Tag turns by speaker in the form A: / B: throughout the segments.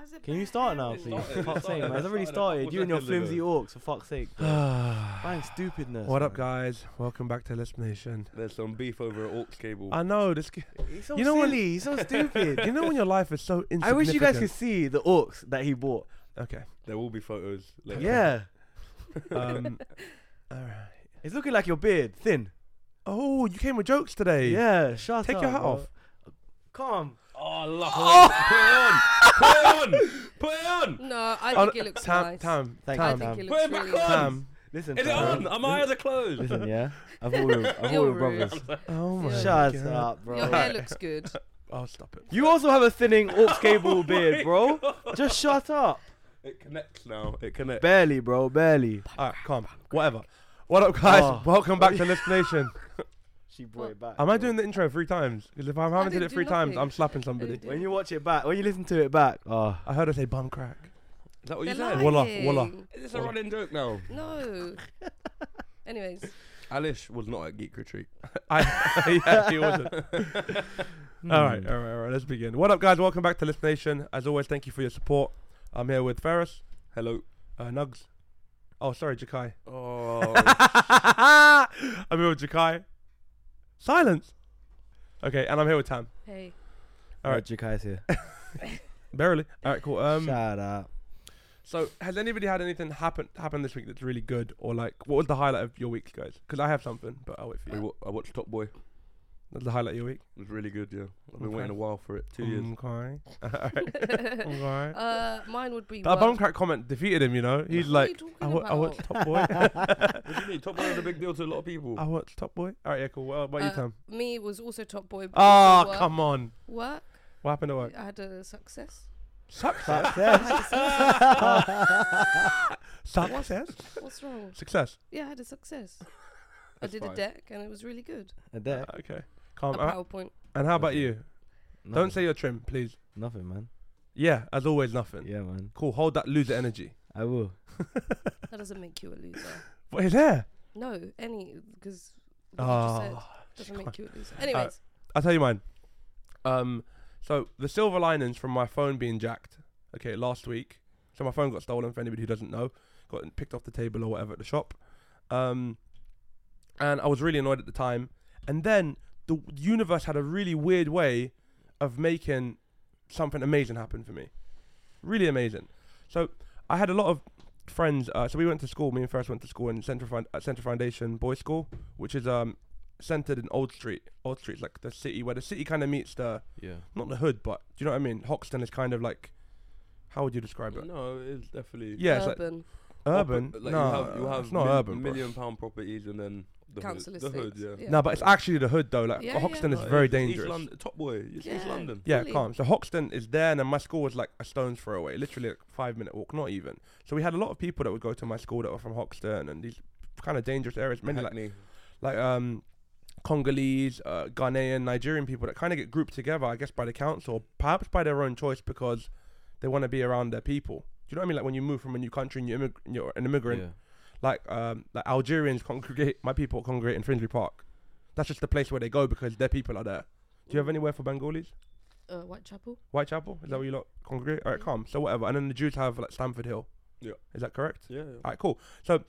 A: was a
B: Can you
A: bad
B: start now,
A: omen.
B: please?
C: started,
B: For
C: it
B: fuck's sake,
C: started,
B: man. It's
C: it
B: already
C: started.
B: started. You and your
C: Whatever.
B: flimsy orcs, for fuck's sake. Bang stupidness.
D: what up,
B: man.
D: guys? Welcome back to Lisp Nation.
C: There's some beef over an aux cable.
D: I know this. g-
B: He's so
D: You know what-
B: silly. He's so stupid.
D: You know when your life is so insignificant.
B: I wish you guys could see the orcs that he bought.
D: Okay.
C: there will be photos later.
B: Yeah.
D: Um, all right.
B: It's looking like your beard, thin.
D: Oh, you came with jokes today.
B: Yeah, shut
D: Take
B: up.
D: your hat
B: bro.
D: off.
B: Come.
C: Oh, love Put it on. Put it on. Put it on.
A: No, I
D: Oh,
A: think it looks
D: Tam,
A: nice.
D: Tam,
B: Thank
A: I
B: you,
D: Tam,
A: think
B: Tam.
A: it
C: Put
A: looks
C: it back
A: really
C: on.
A: nice.
D: Tam.
B: Listen,
C: Is it
B: Tam.
C: on? Are my eyes are closed?
B: Listen, yeah. I've all been, I've all
A: You're
B: been brothers.
A: rude.
D: Oh my
A: Yeah.
B: Shut
D: God.
B: up,
A: Your
B: bro.
A: hair looks good.
D: Oh, stop it.
B: You also have a thinning orcs cable beard, bro. Just shut up.
C: It connects now. It connects.
B: Barely, bro. Barely.
D: All right, calm. Whatever. What up, guys?
B: Oh.
D: Welcome back to Lisp Nation.
B: She brought it back.
D: Am I
B: bro.
D: doing the intro three times? Because if I haven't did
A: didn't
D: it
A: do
D: three times,
A: nothing.
D: I'm slapping
A: I
D: somebody.
A: didn't do
B: When you watch it back, when you listen to it back, oh,
D: I heard her say bum crack.
C: Is that what you
A: They're
C: said?
D: lying. Walla, walla.
A: lying.
C: Is this a running joke now?
A: No. Anyways,
C: Alish was not at Geek Retreat.
D: I, yeah, she wasn't. all right,
B: Hmm.
D: all right, all right. Let's begin. What up, guys? Welcome back to Lisp Nation. As always, thank you for your support. I'm here with Ferris,
C: Hello.
D: uh, Nugs. Oh, sorry, Jakai.
C: Oh.
D: I'm here with Jakai. Silence. Okay, and I'm here with Tam.
A: hey.
D: All right.
B: Jakai's here.
D: Barely. All right, cool. Um,
B: Shout out.
D: so has anybody had anything happen happen this week that's really good, or like, what was the highlight of your week, guys? Because I have something, but I'll wait for
C: I
D: you.
C: wa- I watched Top Boy. It
D: That's the highlight of your week.
C: was really good, yeah. I've been
D: Okay. Um,
C: waiting a while for it. Two years.
A: Oh,
D: Okay. All right. Alright.
A: uh, mine would be.
D: That
A: World-
D: bum crack comment defeated him, you know? He's
A: What are you
D: like,
A: talking
D: I, wa- I
A: about?
D: watched Top Boy.
C: What do you mean? Top Boy was a big deal to a lot of people.
D: I watched Top Boy. All right, yeah, cool. What about you,
A: Uh,
D: Tom?
A: Me was also top boy. but also
D: Oh,
A: work.
D: come on.
A: Work.
D: What happened at work?
A: I had a success.
D: Success.
B: Success.
D: Success.
A: What's wrong?
D: Success.
A: Yeah, I had a success. I
C: That's
A: did
C: fine.
A: a deck and it was really good.
B: And there.
D: Okay. Calm.
A: a
D: Uh,
A: PowerPoint.
D: and how about
B: Okay.
D: you?
B: Nothing.
D: Don't say you're trim, please.
B: nothing, man.
D: Yeah, as always, nothing.
B: Yeah, man.
D: Cool. Hold that loser energy.
B: I will.
A: That doesn't make you a loser.
D: What is there?
A: No, any because what you just
D: Oh,
A: said doesn't make you a loser. Anyways,
D: I'll tell you mine. Um, so the silver linings from my phone being jacked. Okay, last week. So my phone got stolen. For anybody who doesn't know, got picked off the table or whatever at the shop. Um, and I was really annoyed at the time. And then the w- universe had a really weird way of making something amazing happen for me. Really amazing. So I had a lot of friends. Uh, so we went to school. Me and Ferris went to school in Central Fin- at Central Foundation Boys School, which is um centered in Old Street. Old Street's like the city where the city kind of meets the
C: Yeah.
D: not the hood, but do you know what I mean? Hoxton is kind of like how would you describe it?
C: No, it's definitely.
D: Yeah, it's like
A: urban.
D: urban.
C: Proper- Like
D: no,
C: you have, you have
D: it's not
C: mil-
D: urban. bro.
C: Million pound properties and then the
A: council
C: hood. The hood,
A: estates.
C: yeah.
D: No, but it's actually the hood though. Like
A: Yeah,
D: Hoxton
A: yeah.
D: is
C: No,
D: very
C: Oh, it's East
D: dangerous.
C: London- top boy. It's East
A: Yeah.
C: London.
D: Yeah,
A: Really?
D: calm. So Hoxton is there, and then my school was like a stone's throw away, literally like five minute walk, not even. So we had a lot of people that would go to my school that were from Hoxton and these kind of dangerous areas, many like
C: Hackney.
D: like um Congolese, uh, Ghanaian, Nigerian people that kind of get grouped together, I guess, by the council, perhaps by their own choice because they want to be around their people. Do you know what I mean? Like when you move from a new country and you immig- you're an immigrant, like um, like Algerians congregate, my people congregate in Finsbury Park. That's just the place where they go because their people are there. Do you have anywhere for Bengalis?
A: uh, Whitechapel.
D: Whitechapel? Is that where you lot congregate? All right,
A: Yeah.
D: calm. So whatever. And then the Jews have like Stamford Hill.
C: Yeah.
D: Is that correct?
C: Yeah.
D: All right, cool. So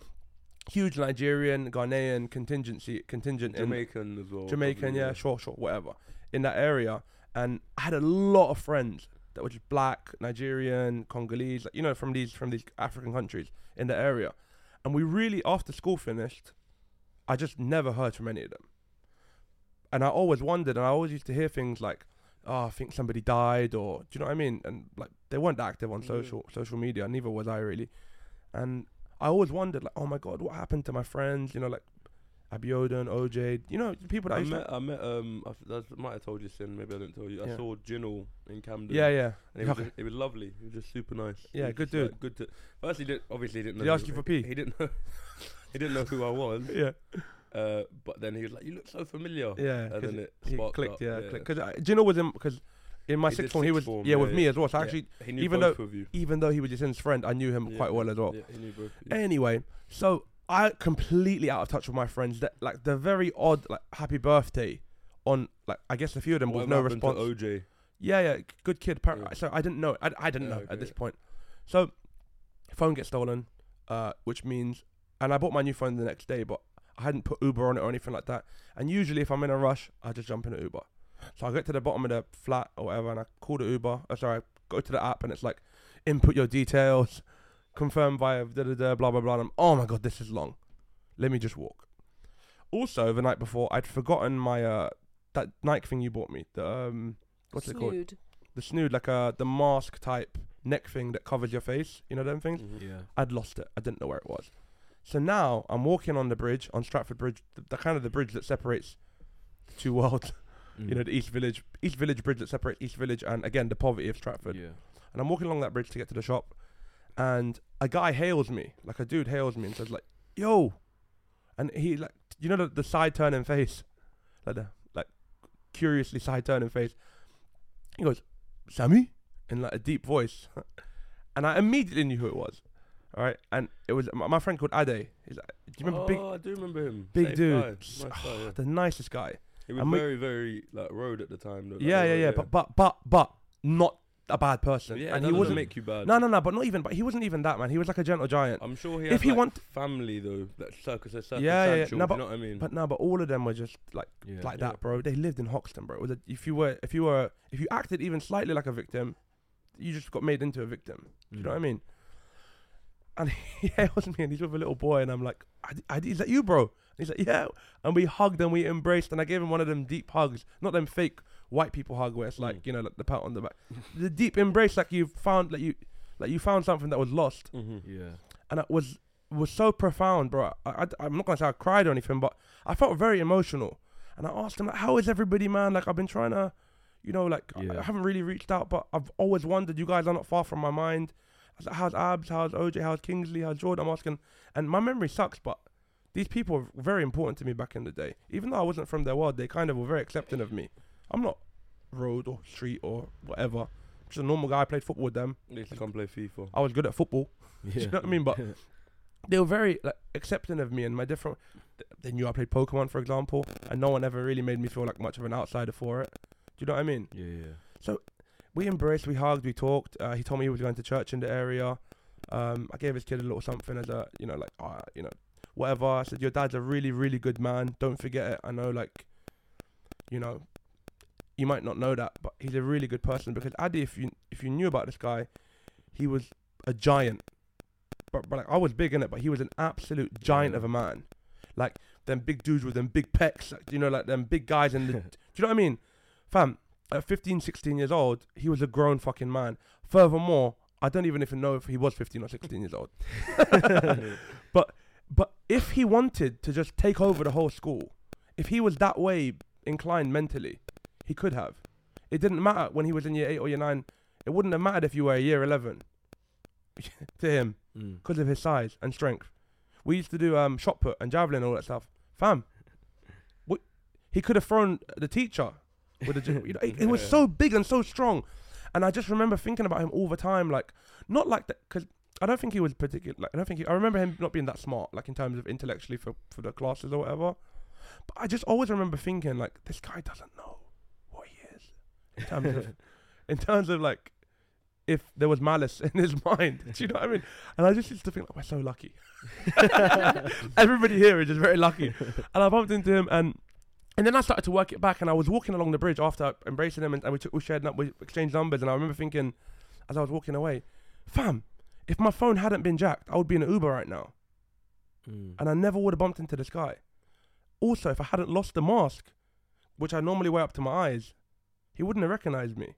D: huge Nigerian, Ghanaian contingency contingent in
C: Jamaican as well.
D: Jamaican,
C: probably,
D: yeah, sure, sure, whatever, in that area. And I had a lot of friends that were just black, Nigerian, Congolese, like, you know, from these from these African countries in the area. And we really, after school finished, I just never heard from any of them. And I always wondered, and I always used to hear things like, "Oh, I think somebody died," or do you know what I mean? And like, they weren't that active on
C: Yeah.
D: social social media. Neither was I really. And I always wondered, like, "Oh my God, what happened to my friends?" You know, like Abiodun, OJ, you know, people that I
C: I
D: used to
C: met, I met, um, I, th- I might have told you sin, maybe I didn't tell you.
D: Yeah.
C: I saw Jinnel in Camden.
D: Yeah, yeah.
C: And it, was
D: Okay.
C: just, it was lovely. He was just super nice. He
D: Yeah,
C: was
D: good
C: just, like, good to. Firstly, did, obviously he didn't know.
D: Did he ask you for pee?
C: He didn't know. he didn't know who I was.
D: Yeah,
C: Uh, but then he was like, "You look so familiar."
D: yeah.
C: Oh, And
D: 'cause
C: then it
D: he
C: sparked
D: clicked,
C: up,
D: yeah, clicked. Because Gino was in because in my
C: He
D: sixth
C: did
D: form he
C: sixth
D: was
C: form,
D: yeah
C: yeah,
D: with me
C: yeah.
D: as well. So
C: Yeah.
D: actually,
C: He knew
D: even
C: both of you.
D: even though he was Jin's friend, I knew him
C: Yeah,
D: quite well
C: yeah,
D: as well.
C: yeah, he knew both of you.
D: Anyway, so I completely out of touch with my friends. That like the very odd like happy birthday on like I guess a few of them
C: What
D: with no
C: happened to
D: response.
C: OJ?
D: Yeah, yeah, g- good kid. Apparently,
C: Yeah.
D: so I didn't know. I, I didn't
C: Yeah,
D: know
C: okay.
D: at this point. So, phone gets stolen, uh, which means, and I bought my new phone the next day, but I hadn't put Uber on it or anything like that. And usually, if I'm in a rush, I just jump in an Uber. So I get to the bottom of the flat or whatever, and I call the Uber. Oh, sorry, I go to the app, and it's like, input your details, confirm via da da da blah blah blah. And I'm, oh my god, this is long. Let me just walk. Also, the night before, I'd forgotten my uh, that Nike thing you bought me. The um, what's it called?
A: Snood.
D: the snood, like uh, the mask type neck thing that covers your face. You know them things?
C: Yeah.
D: I'd lost it. I didn't know where it was. So now I'm walking on the bridge, on Stratford Bridge, the, the kind of the bridge that separates the two worlds.
B: Mm.
D: You know, the East Village, East Village bridge that separates East Village and again the poverty of Stratford.
C: Yeah.
D: And I'm walking along that bridge to get to the shop, and a guy hails me, like a dude hails me and says like, "Yo," and he like, you know the, the side turning face, like the like curiously side turning face. He goes, "Sammy," in like a deep voice, and I immediately knew who it was. All right, and it was my, my friend called Ade. He's like, "Do you remember
C: oh,
D: Big?"
C: I do remember him.
D: big
C: Safe
D: dude.
C: guy.
D: S-
C: Nice guy, yeah.
D: The nicest guy.
C: He was
D: and we-
C: very, very like road at the time. Though, like,
D: yeah,
C: they were-
D: yeah, yeah, But but but but not a bad person.
C: yeah,
D: and
C: that
D: he
C: doesn't
D: wasn't.
C: make you bad.
D: no, no, no. But not even. But he wasn't even that man. He was like a gentle giant.
C: I'm sure he.
D: If
C: had,
D: he
C: like,
D: want-
C: family though, that circus, circus,
D: Yeah, yeah, yeah. No,
C: you
D: but-
C: know what I mean?
D: But no, but all of them were just like
C: Mm. yeah.
D: like that, bro. They lived in Hoxton, bro. It was a, if you were if you were if you acted even slightly like a victim, you just got made into a victim. Do
B: Mm.
D: you know what
C: Mm.
D: I mean? And he hails me, and he's with a little boy, and I'm like, "Adi- Adi, "Is that you, bro?" And he's like, "Yeah." And we hugged and we embraced, and I gave him one of them deep hugs, not them fake white people hug where it's like
C: Mm.
D: you know, like the pat on the back, the deep embrace, like you found, like you, like you found something that was lost
C: Mm-hmm.
B: Yeah.
D: and it was was so profound, bro. I, I, am not gonna say I cried or anything, but I felt very emotional. And I asked him, like, "How is everybody, man? Like, I've been trying to, you know, like I- I,
B: Yeah.
D: haven't really reached out, but I've always wondered. You guys are not far from my mind. I was like, how's Abs? How's OJ? How's Kingsley? How's Jordan? I'm asking, and my memory sucks, but these people were very important to me back in the day. Even though I wasn't from their world, they kind of were very accepting of me. I'm not road or street or whatever. Just a normal guy. I played football with them.
C: They used to come play FIFA.
D: I was good at football
B: yeah.
D: you know what I mean? But they were very like, accepting of me and my different. th- They knew I played Pokemon, for example, and no one ever really made me feel like much of an outsider for it. Do you know what I mean?
B: yeah, yeah.
D: We embraced, we hugged, we talked. Uh, he told me he was going to church in the area. Um, I gave his kid a little something as a, you know, like, uh, you know, whatever. I said, your dad's a really, really good man. Don't forget it. I know, like, you know, you might not know that, but he's a really good person because Addy, if you if you knew about this guy, he was a giant. But, but like I was big in it, but he was an absolute giant
B: Yeah.
D: of a man. Like them big dudes with them big pecs, like, you know, like them big guys in the do you know what I mean? Fam, at 15, 16 years old, he was a grown fucking man. Furthermore, I don't even even know if he was 15 or 16 years old. but but if he wanted to just take over the whole school, if he was that way inclined mentally, he could have. It didn't matter when he was in year 8 or year 9. It wouldn't have mattered if you were a year 11 to him
B: Mm.
D: because of his size and strength. We used to do um, shot put and javelin and all that stuff. Fam, what, he could have thrown the teacher. With the, ju- you know, he, he was
C: Yeah.
D: so big and so strong, and I just remember thinking about him all the time. Like, not like that because I don't think he was particular. Like, I don't think he, I remember him not being that smart, like in terms of intellectually for for the classes or whatever. But I just always remember thinking like, this guy doesn't know what he is in terms of in terms of like if there was malice in his mind. Do you know what I mean? And I just used to think like we're so lucky. Everybody here is just very lucky. And I bumped into him and and then I started to work it back and I was walking along the bridge after embracing him and, and we, took, we shared num- we exchanged numbers and I remember thinking as I was walking away, fam, if my phone hadn't been jacked, I would be in an Uber right now
B: Mm.
D: and I never would have bumped into this guy. Also, if I hadn't lost the mask, which I normally wear up to my eyes, he wouldn't have recognized me.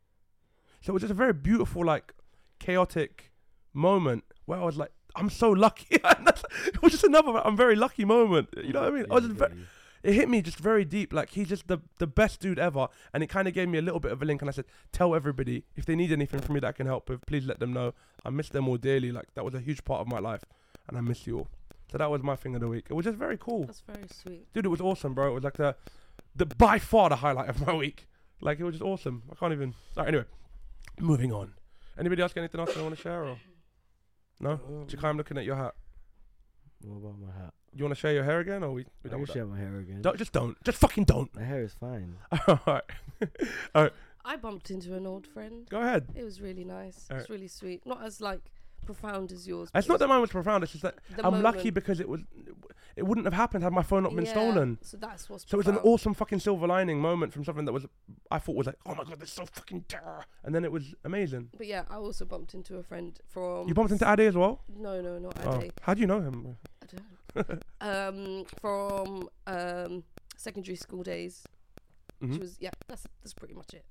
D: So it was just a very beautiful, like, chaotic moment where I was like, I'm so lucky. And that's- it was just another, I'm very lucky moment. You know what I mean? I was just ve- it hit me just very deep. Like, he's just the, the best dude ever. And it kind of gave me a little bit of a link. And I said, Tell everybody if they need anything from me that I can help with, please let them know. I miss them all dearly. Like, that was a huge part of my life. And I miss you all. So that was my thing of the week. It was just very cool.
A: That's very sweet.
D: Dude, it was awesome, bro. It was like the, the by far the highlight of my week. Like, it was just awesome. I can't even. Sorry, anyway, moving on. Anybody else got anything else they want to share? Or? No? Jakai, I'm looking at your hat.
B: What about my hat?
D: You want to share your hair again? Or we,
B: I
D: we don't
B: can
D: want that?
B: shave my hair again.
D: Don't, just don't. Just fucking don't.
B: My hair is fine.
D: All right. All right.
A: I bumped into an old friend.
D: Go ahead.
A: It was really nice.
D: Alright.
A: It's really sweet. Not as like profound as yours.
D: It's
A: but
D: not that mine was profound. It's just that
A: the
D: I'm lucky
A: moment-
D: because it was, it wouldn't have happened had my phone not been
A: Yeah,
D: stolen.
A: So that's what's.
D: So it was an
A: profound.
D: awesome fucking silver lining moment from something that was I thought was like, oh my god, that's so fucking terror, and then it was amazing.
A: But yeah, I also bumped into a friend from.
D: You bumped into Ade as well.
A: No, no, not
D: Oh,
A: Ade.
D: how do you know him? Mm-hmm.
A: I don't. um, from um secondary school days.
D: Mhm.
A: She was yeah. That's that's pretty much it.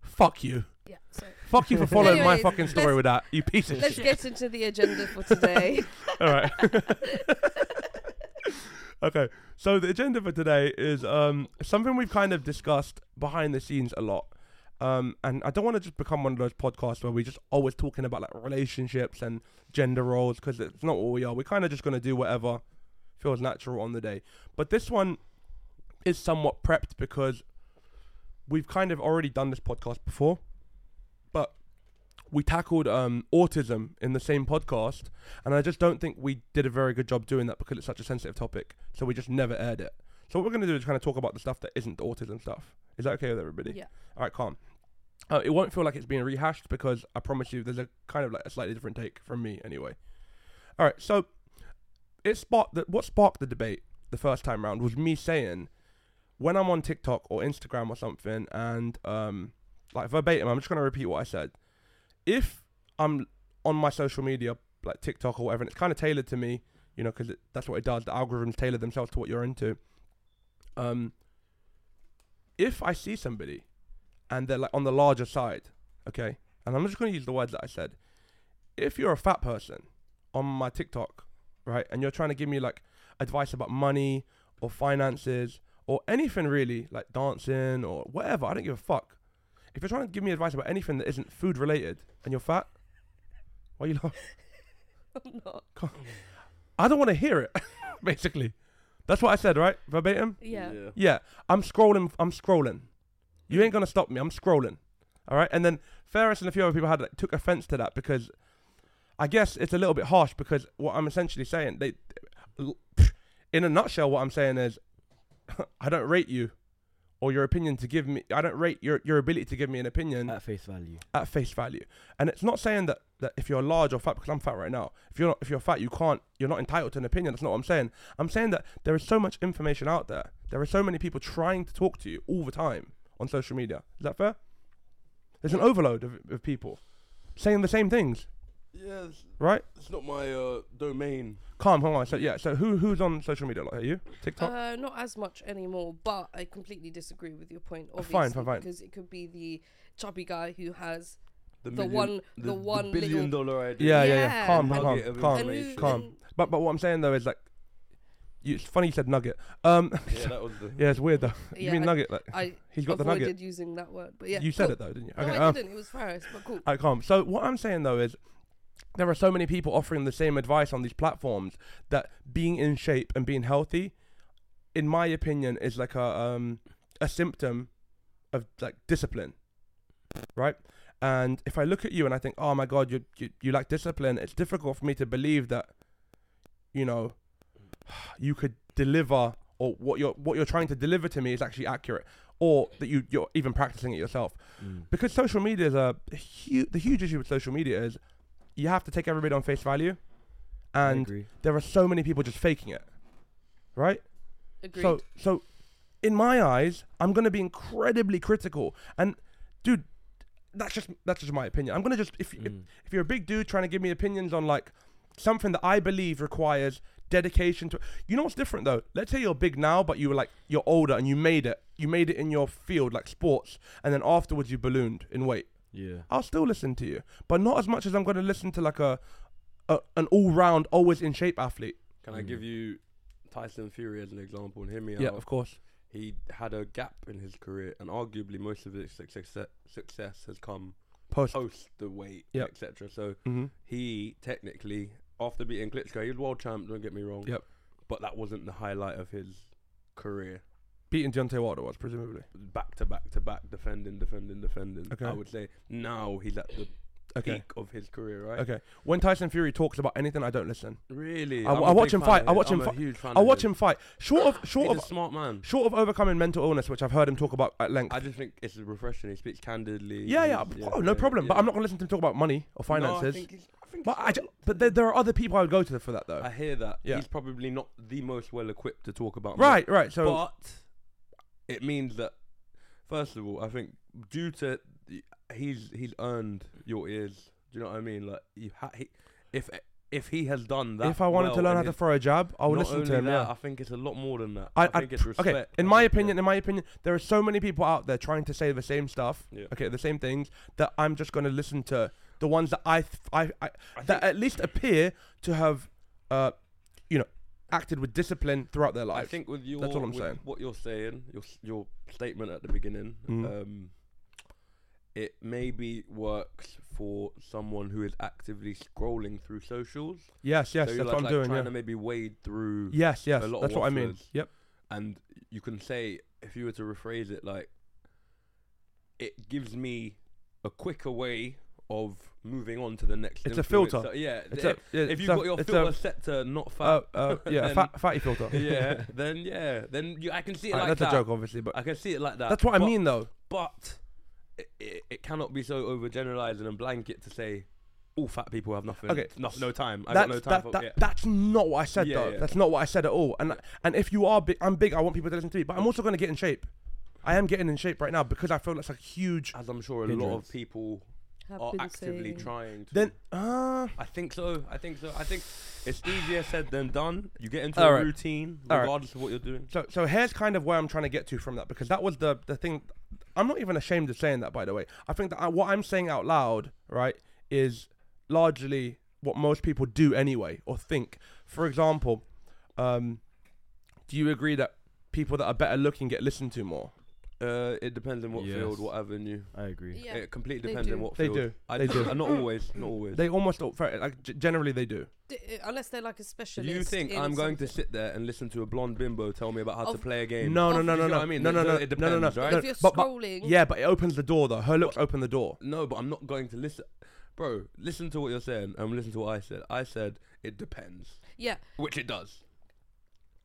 D: Fuck you.
A: Yeah. So
D: Fuck you for following my
A: Anyways,
D: fucking story
A: let's-
D: with that. You piece of
A: let's
D: shit.
A: get into the agenda for today.
D: All right. okay. So the agenda for today is um, something we've kind of discussed behind the scenes a lot. Um, and I don't want to just become one of those podcasts where we're just always talking about like relationships and gender roles because it's not what we are. We're kind of just going to do whatever feels natural on the day. But this one is somewhat prepped because we've kind of already done this podcast before. But we tackled um, autism in the same podcast and I just don't think we did a very good job doing that because it's such a sensitive topic. So we just never aired it. So what we're going to do is kind of talk about the stuff that isn't the autism stuff. Is that okay with everybody?
A: Yeah.
D: All right, calm. Uh, it won't feel like it's being rehashed because I promise you, there's a kind of like a slightly different take from me anyway. All right, so it sparked that what sparked the debate the first time round was me saying when I'm on TikTok or Instagram or something, and um, like verbatim, I'm just going to repeat what I said. If I'm on my social media like TikTok or whatever, and it's kind of tailored to me, you know, because that's what it does. The algorithms tailor themselves to what you're into. Um, if I see somebody and they're like on the larger side, okay, and I'm just going to use the words that I said. If you're a fat person on my TikTok, right, and you're trying to give me like advice about money or finances or anything really, like dancing or whatever, I don't give a fuck. If you're trying to give me advice about anything that isn't food related and you're fat, why you laughing?
A: I'm not.
D: I don't want to hear it. Basically, that's what I said, right? Verbatim.
A: Yeah.
D: Yeah, I'm scrolling. I'm scrolling. You ain't gonna stop me. I'm scrolling. All right. And then Ferris and a few other people had like, took offense to that because I guess it's a little bit harsh because what I'm essentially saying, they, in a nutshell, what I'm saying is, I don't rate you or your opinion to give me. I don't rate your your ability to give me an opinion
B: At face value.
D: at face value. And it's not saying that, that if you're large or fat, because I'm fat right now, if you're not, if you're fat, you can't, you're not entitled to an opinion. That's not what I'm saying. I'm saying that there is so much information out there. There are so many people trying to talk to you all the time on social media. Is that fair? There's an overload of, of people saying the same things,
C: Yeah, it's,
D: right?
C: it's not my uh, domain.
D: Calm, hold on. So yeah, so who who's on social media? Like, are you TikTok?
A: Uh, not as much anymore, but I completely disagree with your point. Obviously,
D: fine, fine.
A: because it could be the chubby guy who has
C: The,
A: the
C: million,
A: one, the,
C: the
A: one
C: billion
A: little.
C: dollar idea.
D: yeah, yeah, yeah,
A: yeah.
D: Calm, calm,
C: Nugget
D: calm.
C: of
A: And who-
C: information.
D: calm.
A: and-
D: But but what I'm saying though is like, you, it's funny you said nugget. Um,
C: Yeah, that was the.
D: yeah, it's weird though. You
A: Yeah,
D: mean
A: I-
D: nugget? Like,
A: I
D: he's got the
A: avoided
D: nugget.
A: using that word, but yeah,
D: you said
A: cool.
D: it uh, though, didn't you?
A: No, I
D: um,
A: didn't. It was Ferris, but cool.
D: I can't. So what I'm saying though is there are so many people offering the same advice on these platforms that being in shape and being healthy, in my opinion, is like a um a symptom of like discipline, right? And if I look at you and I think, oh my god, you you, you lack discipline, it's difficult for me to believe that, you know, you could deliver or what you're what you're trying to deliver to me is actually accurate, or that you you're even practicing it yourself
B: Mm.
D: because social media is a huge the huge issue with social media is you have to take everybody on face value and there are so many people just faking it right
A: Agreed.
D: so so in my eyes i'm going to be incredibly critical and dude that's just that's just my opinion i'm going to just if, if
B: Mm.
D: if you're a big dude trying to give me opinions on like something that i believe requires dedication to you know what's different though let's say you're big now but you were like you're older and you made it you made it in your field like sports and then afterwards you ballooned in weight
B: yeah.
D: I'll still listen to you, but not as much as I'm going to listen to like a, a an all round, always in shape athlete.
C: Can I give you Tyson Fury as an example and hear me
D: Mm. Yeah,
C: out?
D: of course.
C: He had a gap in his career, and arguably most of his success success has come
D: Post.
C: post the weight,
D: Yep.
C: etc. So
D: hmm
C: he technically, after beating Klitschko, he was world champ. Don't get me wrong.
D: Yep.
C: But that wasn't the highlight of his career.
D: Beating Deontay Wilder was presumably.
C: Back to back to back, defending, defending, defending.
D: Okay.
C: I would say now he's at the
D: Okay.
C: peak of his career, right?
D: Okay. When Tyson Fury talks about anything, I don't listen.
C: Really,
D: I-
C: I'm
D: I
C: a
D: watch
C: big
D: him
C: fan
D: fight.
C: of
D: I
C: his-
D: watch
C: I'm
D: him
C: a
D: fight.
C: huge fan
D: I
C: of
D: watch
C: his.
D: him fight. Short of short
C: He's
D: of
C: a smart man.
D: short of overcoming mental illness, which I've heard him talk about at length.
C: I just think it's refreshing. He speaks candidly.
D: yeah, yeah,
C: He's-
D: oh, no
C: yeah,
D: problem.
C: yeah.
D: But I'm not gonna listen to him talk about money or finances.
C: No, I think he's- I think
D: but
C: he's
D: I, ju- but there, there are other people I would go to for that though.
C: I hear that.
D: Yeah.
C: He's probably not the most well equipped to talk about. money.
D: right, right. So
C: but it means that first of all, I think due to the- he's he's earned your ears. Do you know what I mean? Like you, ha- he, if if he has done that,
D: if I wanted
C: well
D: to learn
C: and
D: how to
C: his-
D: throw a jab, I would
C: not
D: listen
C: only
D: to him.
C: That,
D: yeah.
C: I think it's a lot more than that.
D: I-
C: I,
D: I-
C: think it's respect.
D: okay.
C: I
D: In my
C: think, yeah.
D: opinion, in my opinion, there are so many people out there trying to say the same stuff.
C: Yeah.
D: Okay, the same things that I'm just going to listen to the ones that I, th- I, I
C: I
D: that
C: think-
D: at least appear to have, uh, you know, acted with discipline throughout their
C: I
D: life.
C: think with your
D: all I'm
C: with
D: saying.
C: What you're saying, your s- your statement at the beginning,
D: Mhm.
C: um, it maybe works for someone who is actively scrolling through socials.
D: yes, yes,
C: so you're
D: that's
C: like,
D: what I'm
C: like
D: doing.
C: trying
D: Yeah.
C: to maybe wade through
D: Yes, yes,
C: a lot of
D: that's what I mean.
C: wafflers.
D: Yep.
C: and you can say if you were to rephrase it like it gives me a quicker way of moving on to the next
D: It's a filter.
C: influencer. yeah
D: It's
C: i-
D: a- yeah,
C: if
D: it's
C: you've
D: a-
C: got your
D: it's a-
C: filter set to not fat
D: Uh, uh, yeah, a
C: then-
D: fat, fatty filter.
C: yeah then yeah then you, i can see it
D: Alright,
C: like
D: that's
C: that
D: a joke, obviously, but
C: i can see it like that
D: that's what I
C: but-
D: mean, though.
C: but it, it, it cannot be so overgeneralized and blanket to say all fat people have nothing
D: Okay.
C: no, no time i
D: That's,
C: got no time
D: that,
C: for
D: that,
C: yeah.
D: that's not what I said
C: Yeah,
D: though.
C: yeah.
D: That's not what I said at all. And and if you are big, I'm big. I want people to listen to me, but I'm also going to get in shape. I am getting in shape right now because I feel that's a huge.
C: as i'm sure a lot
B: Hindrance.
C: of people
A: Have
C: are
A: been
C: actively
A: saying.
C: trying to
D: Then uh,
C: I think so. I think so. I think it's easier said than done. You get into a
D: Alright.
C: routine
D: Alright.
C: regardless of what you're doing.
D: so so here's kind of where I'm trying to get to from that because that was the the thing. I'm not even ashamed of saying that. By the way, I think that I, what I'm saying out loud, right, is largely what most people do anyway or think. For example, um, do you agree that people that are better looking get listened to more?
C: Uh, it depends on what
B: Yes.
C: field, what avenue.
B: I agree.
A: Yeah.
C: It completely
A: They
C: depends on
A: do.
C: what
D: They
C: field.
D: do.
C: I
D: They do.
C: uh, Not always. Not always.
D: They almost all, fair- like g- generally they do.
A: D- uh, unless they're like a specialist.
C: you think
A: in
C: I'm going to
A: something.
C: sit there and listen to a blonde bimbo tell me about how to
A: Of-
C: play a game?
D: No, no,
A: Of-
D: no,
C: Do you
D: no,
C: know
D: no.
C: what I mean?
D: No, no,
C: It-
D: no.
C: it
D: no, no, no.
C: depends, right?
D: No,
A: If you're
D: but- but-
A: scrolling,
D: yeah, but it opens the door though. Her looks open the door.
C: No, but I'm not going to listen. Bro, listen to what you're saying and listen to what I said. I said it depends,
A: yeah.
C: which it does.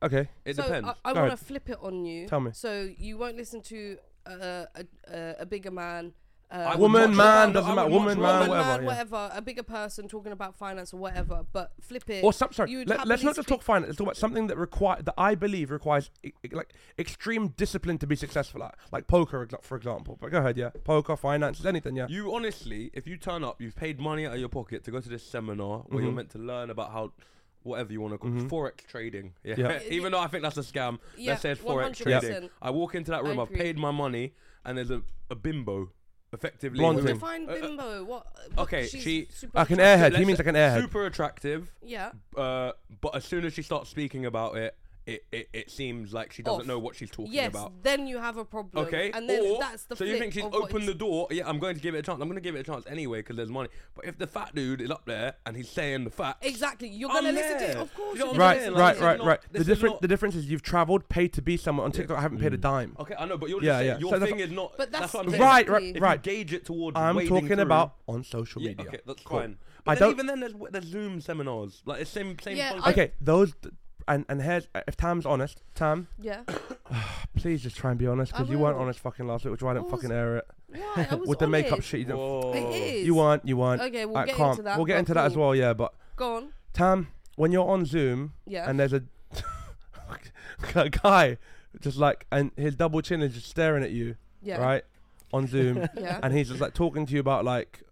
D: Okay.
C: It
A: so uh,
C: depends.
A: I, I
D: Go
A: want to
D: ahead.
A: flip it on you.
D: Tell me.
A: So you won't listen to uh, a, a a bigger man.
C: I
A: Uh,
C: would
D: Woman,
C: much
D: man,
C: rather-
D: doesn't
C: I
D: matter.
C: would much
D: Woman, man,
C: rather-
D: whatever. yeah.
A: whatever, a bigger person talking about finance or whatever, but flip it.
D: Or some, sorry,
A: You would
D: let, us
A: happily
D: not just talk finance. Let's talk about something that require that I believe requires e- e- like extreme discipline to be successful at, like poker, exa- for example. But go ahead, yeah, poker, finances, anything, yeah.
C: You honestly, if you turn up, you've paid money out of your pocket to go to this seminar where you're
D: Mhm.
C: meant to learn about how, whatever you want to call
D: Mhm.
C: forex trading. Yeah.
D: Yeah.
C: Even though I think that's a scam.
A: yeah,
C: let's say it's forex
A: 100%.
C: trading. I walk into that
A: I
C: room, I've
A: agree.
C: paid my money, and there's a, a bimbo, effectively.
D: Blonde
C: with a-
D: thing.
A: Define
C: Uh, uh,
A: bimbo. what?
C: okay,
A: she's
C: she-
A: super
D: Like an
A: attractive.
D: airhead. He
C: let's
D: means
C: say
D: like an airhead.
C: Super attractive,
A: Yeah.
C: uh, but as soon as she starts speaking about it, it, it, it seems like she doesn't
A: Off.
C: know what she's talking
A: Yes.
C: about.
A: Then you have a problem.
C: Okay.
A: And then
C: or,
A: that's the.
C: so you
A: flip
C: think she's
A: of what
C: opened
A: it's-
C: the door? Yeah, I'm going to give it a chance. I'm going to give it a chance anyway because there's money. But if the fat dude is up there and he's saying the fat,
A: Exactly. You're
C: I'm
A: gonna listen to it.
C: there.
A: Of course.
C: You know
A: you're
C: what I'm
A: gonna
D: Right,
C: saying,
A: listen
C: like,
A: to it.
C: this
D: right, right,
C: is not-
D: right.
C: this
D: The
C: is
D: difference,
C: not-
D: the difference is you've travelled, paid to be someone on TikTok. I haven't paid a dime.
C: okay, I know, but you're just
D: Yeah,
C: saying,
D: yeah.
C: your
D: So that's
C: thing
D: what-
C: is not.
A: But that's
C: what I'm
A: the
C: saying.
D: Right,
A: Exactly.
D: right,
C: If
D: right.
C: you gauge it towards.
D: I'm
C: wading
D: talking
C: through-
D: about on social
C: Yeah,
D: media.
C: okay, that's
D: Cool.
C: fine. But
D: I
C: then
D: don't-
C: even then. There's, there's Zoom seminars, like it's same same.
A: Yeah,
C: concept.
A: I-
D: Okay, those th- and and here's if Tam's honest, Tam,
A: Yeah.
D: please just try and be honest
A: I
D: because you weren't
A: will.
D: honest fucking last week, which is why I didn't
A: What
D: fucking
A: was-
D: air it
A: Why? I was
D: with the makeup
A: honest.
D: shit. You, didn't,
C: Whoa.
A: It is.
D: you weren't, you weren't.
A: Okay, we'll
D: I
A: get
D: can't.
A: into that.
D: we'll get
A: but
D: into that as
A: cool.
D: well, yeah. But
A: Go on.
D: Tam, when you're on Zoom
A: Yeah.
D: and there's a, a guy just like and his double chin is just staring at you,
A: yeah.
D: right, on Zoom,
A: Yeah.
D: and he's just like talking to you about like,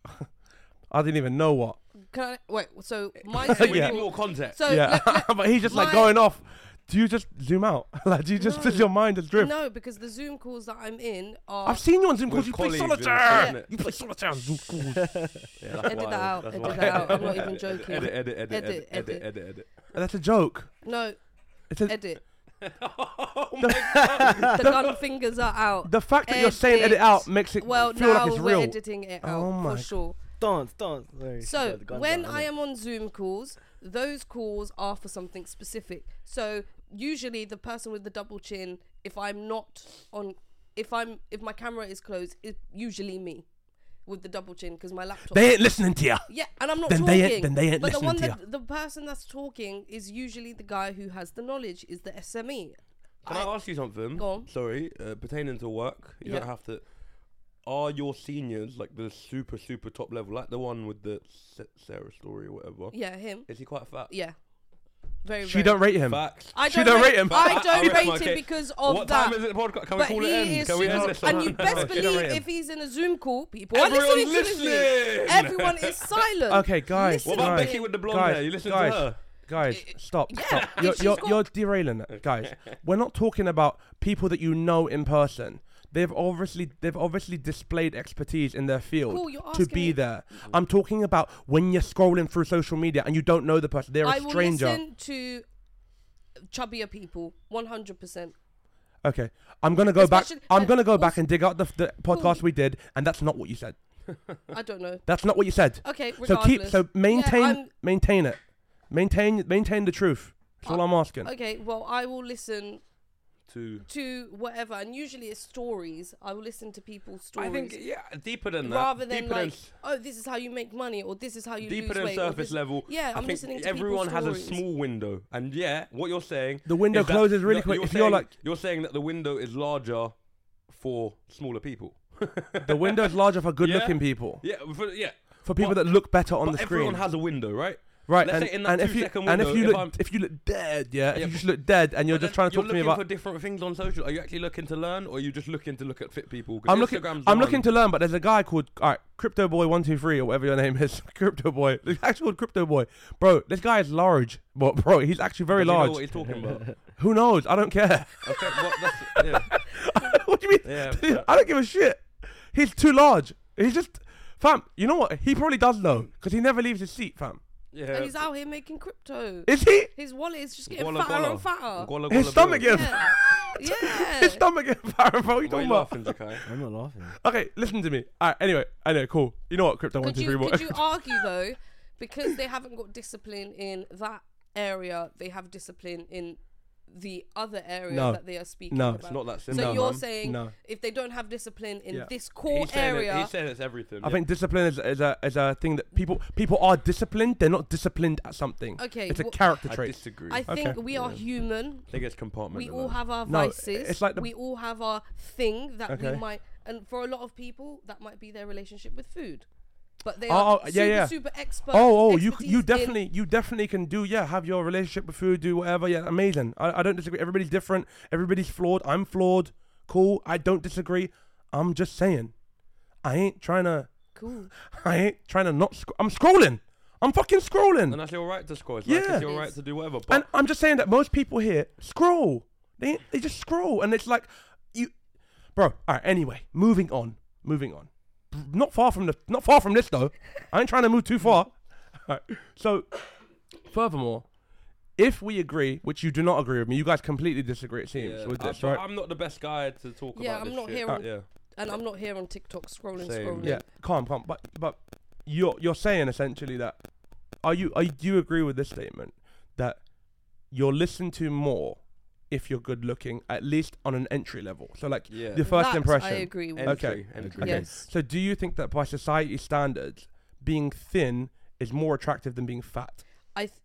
D: I didn't even know what.
A: Can I, wait. So my
C: So
A: Zoom
C: we
D: Yeah.
C: need
A: call-
C: more context.
A: So
D: yeah,
A: let- let-
D: but he's just like
A: my-
D: going off. Do you just zoom out? like, do you just does
A: No.
D: your mind just drift?
A: no, because the Zoom calls that I'm in are.
D: I've seen you on Zoom calls.
C: With
D: You play
C: colleagues and
D: solitaire.
C: stuff,
D: You play solitaire on Zoom calls.
C: Yeah, that's
A: Edit that
C: wild,
A: out.
C: that's
A: Edit
C: wild.
A: that out. I'm not even joking.
C: Edit, edit, edit,
A: Edit,
C: edit,
A: edit.
C: edit, edit, edit.
D: That's a joke.
A: no,
D: It's a,
A: edit.
C: Oh my
A: The gun fingers are out.
D: the fact that you're saying edit
A: Edit.
D: out makes it
A: well,
D: feel
A: now
D: like it's
A: we're
D: real.
A: editing it out
D: Oh my
A: for sure.
B: Dance, dance. Sorry,
A: So
B: got the guns
A: when
B: out,
A: I
B: innit?
A: am on Zoom calls, those calls are for something specific. So usually the person with the double chin, if I'm not on, if I'm if my camera is closed, is usually me. with the double chin because my laptop.
D: They ain't listening to you.
A: yeah, and I'm not
D: Then
A: talking.
D: they ain't- then they ain't
A: but the
D: listening
A: one
D: to
A: that the person that's talking is usually the guy who has the knowledge, is the E. SME.
C: Can I, ask you something?
A: Go on.
C: Sorry, uh, pertaining to work, you
A: Yeah.
C: don't have to. Are your seniors like the super super top level, like the one with the S- Sarah story or whatever?
A: Yeah, him.
C: Is he quite fat?
A: Yeah, very.
D: She
A: very-
D: don't rate him.
C: Facts.
A: I
D: she don't rate him.
A: I
C: I rate
A: don't rate
C: him,
A: him
C: okay.
A: because of
C: what
A: that.
C: time is it? The podcast? Can
A: but
C: we call it
A: he
C: end?
A: is
C: Can we end
A: super-
C: this?
A: and
C: one?
A: you
D: She
A: best
D: don't
A: believe
D: rate him.
A: if he's in a Zoom call, people are
C: Everyone's
A: listening. to me.
C: listening.
A: Everyone is silent.
D: Okay, guys,
C: What about
D: Guys,
C: Becky with the blonde
D: guys,
C: hair? You listen
D: guys.
C: to her.
D: Guys, stop,
A: yeah,
D: stop.
A: if
D: You're,
A: she's
D: you're,
A: got-
D: you're derailing it, guys. We're not talking about people that you know in person. They've obviously they've obviously displayed expertise in their field
A: Cool, you're
D: to
A: asking
D: be
A: me.
D: there. I'm talking about when you're scrolling through social media and you don't know the person. They're a
A: I will
D: stranger.
A: listen to chubbier people, one hundred percent.
D: Okay, I'm gonna go back.
A: Especially-
D: I'm gonna go back
A: also-
D: and dig out the, the podcast
A: Cool.
D: we did, and that's not what you said.
A: I don't know.
D: That's not what you said.
A: Okay, regardless.
D: So keep so maintain
A: I'm-
D: maintain it, maintain maintain the truth. That's all
A: Uh,
D: I'm asking.
A: Okay, well, I will listen
C: To
A: to whatever, and usually it's stories. I will listen to people's stories
C: I think yeah, deeper than that.
A: rather than
C: deeper
A: like,
C: than,
A: oh, this is how you make money, or this is how you
C: deeper
A: lose
C: than
A: weight. or
C: surface
A: this-
C: level.
A: Yeah,
C: I
A: I'm
C: think
A: listening to
C: everyone
A: people's
C: has a
A: stories.
C: small window, and yeah, what you're saying.
D: The window
C: is that-
D: closes really
C: no,
D: quick.
C: You're
D: if
C: saying,
D: you're like
C: you're saying that the window is larger for smaller people.
D: the window is larger for good-looking
C: Yeah.
D: people,
C: Yeah, for, yeah.
D: for people
C: But-
D: that look better on
C: but
D: the
C: everyone
D: screen.
C: has a window, right?
D: right,
C: let's
D: and,
C: say in that
D: and if you
C: two-second
D: and if
C: window,
D: you
C: if
D: look
C: I'm-
D: if you look dead, yeah, if
C: Yeah,
D: you
C: but-
D: just look dead, and you're just trying to talk to me
C: looking
D: about.
C: for different things on social. Are you actually looking to learn, or are you just looking to look at fit people? 'Cause
D: I'm looking.
C: Instagram's the one.
D: I'm looking to learn, but there's a guy called all right, Crypto Boy One Two Three or whatever your name is. Crypto Boy. He's actually called Crypto Boy, bro. This guy is large, but bro, he's actually very
C: Does he know
D: large.
C: what he's talking about.
D: Who knows? I don't care.
C: okay, well, that's, yeah.
D: what do you mean?
C: Yeah.
D: I don't give a shit. He's too large. He's just, fam. You know what? He probably does know because he never leaves his seat, fam.
C: Yeah.
A: And he's out here making crypto.
D: Is he?
A: His wallet is just getting
C: Walla
A: fatter
C: bolla.
A: and fatter.
C: Walla
D: His
C: walla
D: stomach
C: bolla.
D: gets,
A: Yeah. yeah.
D: his stomach gets fatter. Bro, what
C: Why
D: you
C: are you
D: talking about?
C: laughing, Zakai?
B: I'm not laughing.
D: Okay, listen to me. All right. Anyway, anyway, cool. You know what? Crypto one
A: could
D: two three
A: you,
D: boy.
A: could you argue though, because they haven't got discipline in that area, they have discipline in the other area
D: No.
A: that they are speaking
D: No.
A: about.
C: It's not that simple.
A: so
D: No,
A: you're
D: mum.
A: saying
D: No.
A: if they don't have discipline in
D: Yeah.
A: this core
C: he's saying it-
A: area,
C: he's saying it's everything.
D: I
C: yeah.
D: think discipline is, is a is a thing that people people are disciplined. They're not disciplined at something.
A: Okay,
D: It's a
A: wha-
D: character
C: I
D: trait.
C: disagree.
A: I
C: I
A: think
D: Okay.
A: we are
C: Yeah.
A: human.
C: think it's compartmentalized.
A: We all have our
D: No,
A: vices.
D: it's like the-
A: we all have our thing that
D: Okay.
A: we might, and for a lot of people, that might be their relationship with food. But they
D: Oh,
A: are
D: oh, yeah,
A: super,
D: yeah.
A: super expert.
D: Oh, oh, you c-
A: expertise
D: you
A: in-
D: definitely you definitely can do yeah. Have your relationship with food, do whatever. Yeah, amazing. I, I don't disagree. Everybody's different. Everybody's flawed. I'm flawed. Cool. I don't disagree. I'm just saying, I ain't trying to.
A: cool.
D: I ain't trying to not. Sc- I'm scrolling. I'm fucking scrolling.
C: And that's your right to score. It's like
D: Yeah.
C: it's your right to do whatever. But
D: And I'm just saying that most people here scroll. They they just scroll, and it's like you, bro. All right. Anyway, moving on. Moving on. Not far from the. Not far from this though. I ain't trying to move too far. All right. So, furthermore, if we agree, which you do not agree with me, you guys completely disagree. It seems
C: Yeah.
D: with
C: I-
D: this, right?
C: I'm not the best guy to talk
A: Yeah,
C: about
A: I'm
C: this
A: not
C: shit.
D: Uh,
A: here on-
C: yeah.
A: And I'm not here on TikTok scrolling,
C: Same.
A: scrolling.
D: yeah. Calm, calm. But but you're you're saying essentially that are you are you, do you agree with this statement that you're listened to more if you're good looking, at least on an entry level. So like
C: Yeah.
D: the first
A: That
D: impression.
A: I agree with.
C: Entry,
D: Okay.
C: Entry.
D: Okay.
A: Yes.
D: So do you think that by society standards, being thin is more attractive than being fat?
A: I th-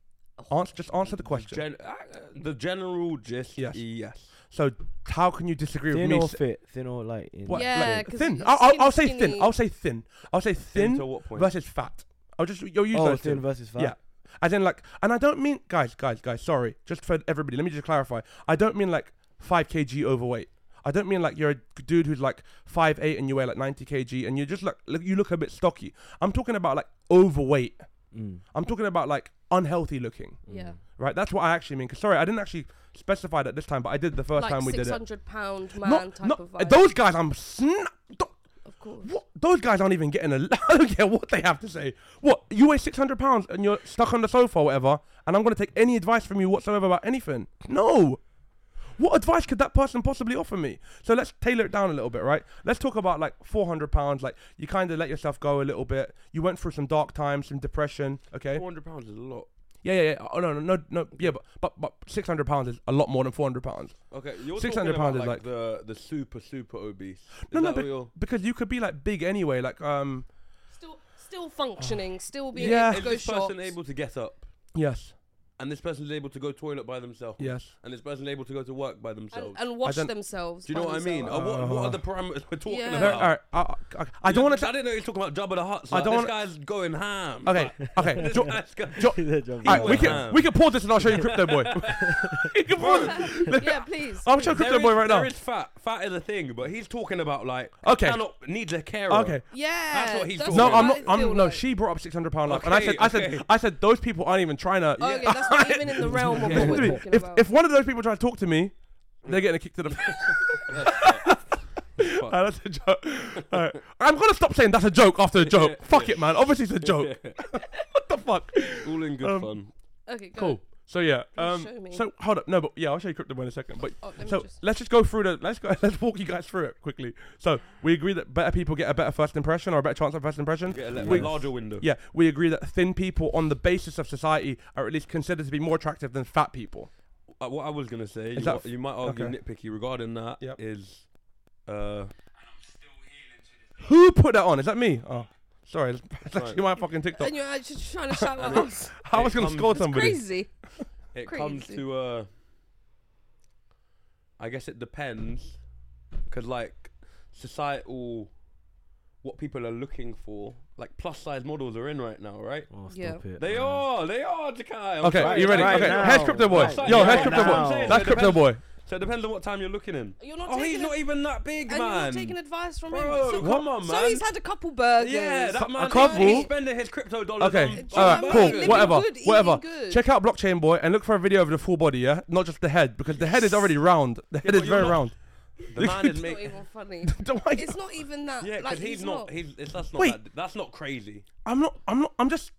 D: Answer just answer the question.
C: Gen- uh, the general gist.
D: Yes.
C: Yes. yes.
D: so how can you disagree with
B: Thin
D: me?
B: or
D: s-
B: fit? Thin or light? in-
D: what,
A: Yeah,
D: like,
A: 'cause
D: thin.
A: you're
D: I'll, I'll, I'll say
A: skin-
D: thin.
A: skinny.
D: I'll say thin. I'll say thin
C: to what point?
D: versus fat. I'll just you'll use
B: Oh,
D: those two.
B: thin versus fat.
D: Yeah. As in, like, and I don't mean, guys, guys, guys, sorry, just for everybody, let me just clarify. I don't mean like 5 kg overweight. I don't mean like you're a dude who's like 5'8 and you weigh like 90 kg and you're just like, look, you look a bit stocky. I'm talking about like overweight.
B: Mm.
D: I'm talking about like unhealthy looking,
C: Mm.
A: Yeah.
D: right? That's what I actually mean. Cause sorry, I didn't actually specify that this time, but I did the first
A: like
D: time we did it.
A: 600 pound man
D: Not,
A: type
D: not,
A: of vibe.
D: those guys, I'm snap. don't-
A: of course.
D: What? Those guys aren't even getting a. I don't care what they have to say. What? You weigh 600 pounds and you're stuck on the sofa or whatever, and I'm going to take any advice from you whatsoever about anything. No. What advice could that person possibly offer me? So let's tailor it down a little bit, right? Let's talk about like 400 pounds. Like you kind of let yourself go a little bit. You went through some dark times, some depression. Okay.
C: 400 pounds is a lot.
D: Yeah, yeah, yeah. Oh no, no, no, no. Yeah, but but but six hundred pounds is a lot more than four hundred pounds
C: Okay, you're
D: 600
C: talking
D: pound
C: about
D: is
C: like,
D: like-
C: the the super super obese. Is
D: No, no,
C: that
D: but-
C: what you're-
D: because you could be like big anyway. Like um,
A: Still, still functioning, still being
D: Yeah.
A: able
C: Is
A: to go
C: this
A: shops.
C: person able to get up?
D: yes,
C: And this person's able to go toilet by themselves.
D: yes.
C: And this person's able to go to work by
A: and,
C: themselves.
A: and wash
D: don't-
A: themselves.
C: Do you know
A: by
C: what I mean?
A: themselves.
C: Uh, what, what
D: Uh,
C: are the parameters we're talking
A: Yeah.
D: No,
C: about?
D: all right. I, I, I don't want
C: I
D: to.
C: didn't know you were talking about Jabba the Hutt.
D: I
C: I
D: don't
C: don't. This
D: wanna-
C: guy's going ham.
D: Okay, okay.
C: This
D: Jo-
C: guy's go-
D: jo-
B: They're jumping.
D: all right, we
C: went
D: can
C: ham.
D: we can pause this and I'll show you Crypto Boy. you can pause.
A: yeah, please.
D: I'll
A: please.
D: show
C: There
D: Crypto Boy
C: is-
D: right
C: there
D: now.
C: is fat. Fat is a thing, but he's talking about like
D: Okay.
C: cannot needs a carer.
D: Okay.
A: Yeah.
C: That's what he's talking
D: No,
C: what
A: what
D: I'm
A: I
D: not. I'm
A: feel
D: no.
A: like.
D: She brought up six hundred pound loaf, and I said,
C: Okay,
D: I said,
C: okay.
D: I said, those people aren't even trying to.
A: Okay, that's not even in the realm of Oh, what we're
D: Dude,
A: talking
D: if
A: about.
D: if one of those people try to talk to me, they're getting a kick to the. Uh, that's a joke. All right. I'm gonna stop saying that's a joke after a joke. Fuck it, man. Obviously it's a joke. what the fuck?
C: All in good
D: Um,
C: fun.
A: okay, go.
D: Cool. So yeah.
A: Please
D: Um.
A: show me.
D: So hold up. No, but yeah, I'll show you crypto in a second. But
A: Oh, let me
D: so
A: just.
D: let's just go through the. Let's go. Let's walk you guys through it quickly. So we agree that better people get a better first impression or a better chance of first impression.
C: Get a little
D: We-
C: bit larger window.
D: Yeah, we agree that thin people, on the basis of society, are at least considered to be more attractive than fat people.
C: Uh, what I was gonna say, you,
D: that
C: wa-
D: f-
C: you might argue
D: okay.
C: nitpicky regarding that is
D: Yep.
C: uh,
D: Who put that on? Is that me? Oh, sorry, that's- that's
C: Sorry.
D: actually my fucking TikTok.
A: And you're actually trying to shout
C: And
A: at us.
D: I was gonna
C: um,
D: score
C: It's
A: It's
D: somebody.
A: crazy.
C: it comes
A: Crazy.
C: to uh, I guess it depends, because like societal, what people are looking for, like plus size models are in right now, right?
B: Oh, stop
A: Yeah.
B: it.
C: They
B: man.
C: are, they are, Takai. I'm
D: Mm-hmm. Okay,
C: sorry.
D: you ready?
B: right
D: okay,
B: now.
D: here's crypto boy.
B: Right
D: Yo,
B: now.
D: here's crypto
B: Right
D: boy.
B: now.
D: That's crypto boy.
C: So it depends on what time you're looking in.
A: You're not
C: Oh,
A: taking
C: he's not
A: it-
C: even that big,
A: and you're
C: man.
A: not taking advice from
C: Bro,
A: him. So,
C: come on,
A: so he's
C: man.
A: had a couple burgers.
C: yeah, that man.
D: couple?
C: He's spending his crypto dollars.
D: Okay,
C: on-
A: Do you
C: on
A: know
D: alright,
A: what I
D: cool,
A: mean? Living
D: whatever,
A: good, eating
D: whatever.
A: good.
D: Check out blockchain boy and look for a video of the full body, yeah, not just the head, because the head is already round. The head
C: but
D: is
C: you're
D: very
C: not-
D: round.
C: The man is
A: It's not
C: making.
A: even funny.
D: Don't worry.
A: It's not even that.
C: Yeah, because
A: like,
C: he's, not. He's it's, that's not.
D: Wait.
C: That, that's not crazy.
D: I'm not. I'm not. I'm just.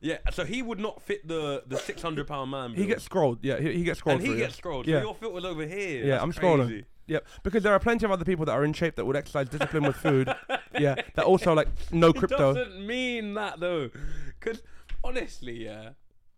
C: Yeah, so he would not fit the the six hundred pound man.
D: He
C: bill.
D: gets scrolled. Yeah, he, he gets scrolled.
C: and he
D: through, yeah.
C: gets scrolled.
D: Yeah.
C: So your filter's over here.
D: Yeah,
C: That's
D: I'm scrolling.
C: crazy.
D: Yep, because there are plenty of other people that are in shape that would exercise discipline with food. Yeah, that also like no
C: It
D: crypto.
C: doesn't mean that though, because honestly, yeah.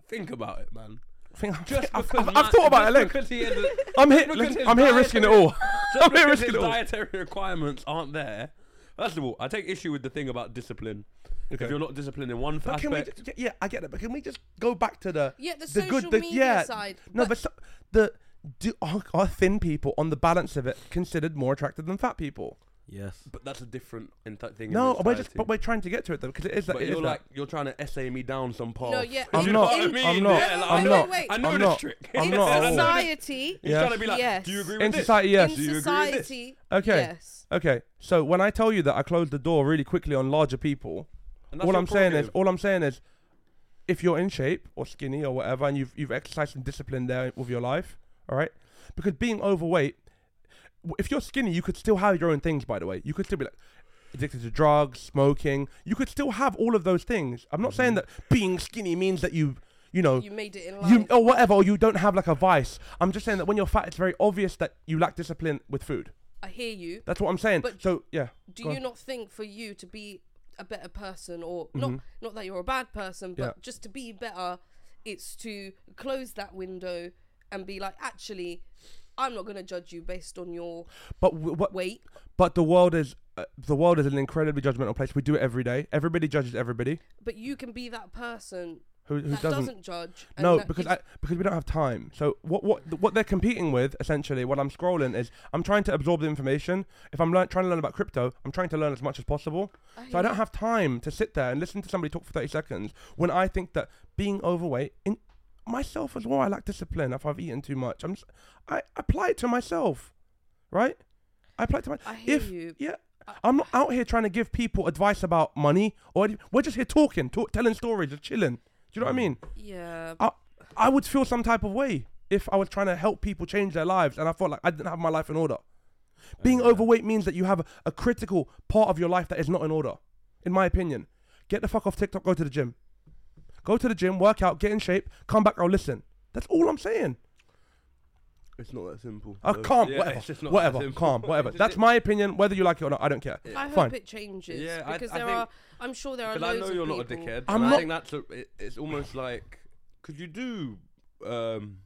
C: Think about it, man.
D: Think-
C: Just
D: I've,
C: because
D: I've- I've thought about it.
C: just
D: Look,
C: because he has a-
D: I'm here.
C: because
D: listen,
C: his
D: I'm here risking it
C: dietary-
D: all.
C: just
D: I'm here
C: because
D: risking
C: his
D: it all.
C: dietary requirements aren't there. First of all, I take issue with the thing about discipline. If you're not disciplined in one
D: But can we?
C: aspect,
D: Just, yeah, I get it. But can we just go back to the
A: Yeah, the,
D: the
A: social
D: good, the
A: media
D: yeah.
A: side.
D: No, but, so, the do are, are thin people on the balance of it considered more attractive than fat people?
B: Yes.
C: but that's a different enti- thing. in
D: No, we're
C: entirety.
D: just but we're trying to get to it though because it is that.
C: But
D: it is
C: you're
D: that.
C: like you're trying to essay me down some path.
A: No, yeah.
D: I'm
A: in-
D: not,
A: in-
D: I'm not,
A: Yeah, like,
D: I'm
A: wait, wait,
D: not,
A: wait.
C: I know
D: I'm
C: this
D: not,
C: trick.
D: I'm
A: in
D: not at all.
A: society.
C: He's
D: Yes.
C: trying to be like,
A: Yes.
C: do you agree
D: in
C: with this?
D: society, yes.
A: In
C: Do you agree with this?
A: society.
D: Okay.
A: Yes.
D: Okay, so when I tell you that I closed the door really quickly on larger people,
C: And that's
D: all
C: your
D: I'm saying is,
C: prerogative.
D: all I'm saying is, if you're in shape or skinny or whatever, and you've you've exercised some discipline there with your life, all right, because being overweight, w- if you're skinny, you could still have your own things. By the way, you could still be like addicted to drugs, smoking. You could still have all of those things. I'm not saying that being skinny means that you, you know,
A: You made it in life.
D: Oh. you or whatever, or you don't have like a vice. I'm just saying that when you're fat, it's very obvious that you lack discipline with food.
A: I hear you.
D: That's what I'm saying.
A: But-
D: so yeah,
A: Do
D: Go
A: you
D: on.
A: not think for you to be a better person, or not? Not that you're a bad person, but
D: Mm-hmm. Yeah.
A: just to be better, it's to close that window and be like, actually, I'm not going to judge you based on your
D: but w- what?
A: weight.
D: But the world is uh, the world is an incredibly judgmental place. We do it every day. Everybody judges everybody.
A: But you can be that person
D: Who, who
A: that
D: doesn't?
A: doesn't, uh, judge. and
D: No,
A: that
D: because
A: gives-
D: I, because we don't have time. So what what what they're competing with essentially? What I'm scrolling is I'm trying to absorb the information. If I'm learn, trying to learn about crypto, I'm trying to learn as much as possible. So I
A: hear
D: don't have time to sit there and listen to somebody talk for 30 seconds when I think that being overweight in myself as well, I lack discipline if I've eaten too much. I'm s- I apply it to myself, right? I apply it to my.
A: I hear
D: if-
A: you.
D: Yeah.
A: I-
D: I'm not out here trying to give people advice about money or any- we're just here talking, talk, telling stories, just chilling. Do you know
C: Mm.
D: what I mean?
A: Yeah.
D: I, I would feel some type of way if I was trying to help people change their lives and I felt like I didn't have my life in order. Being overweight means that you have a, a critical part of your life that is not in order, in my opinion. Get the fuck off TikTok, go to the gym. Go to the gym, work out, get in shape, come back, I'll listen. That's all I'm saying.
C: It's not that simple.
D: I
C: though.
D: can't,
C: Yeah, it's just not
D: whatever,
C: that
D: whatever,
C: simple.
D: calm, whatever.
C: It's just-
D: That's my opinion, whether you like it or not, I don't care.
A: I hope
D: Fine.
A: it changes.
C: Yeah, I-
A: because
C: I
A: there
C: think-
A: are. I'm sure there are
C: But I
A: loads
C: know
A: of
C: you're
A: people.
C: not a dickhead.
D: I'm
C: and
D: not-
C: I think that's a, it, it's almost like because you do um,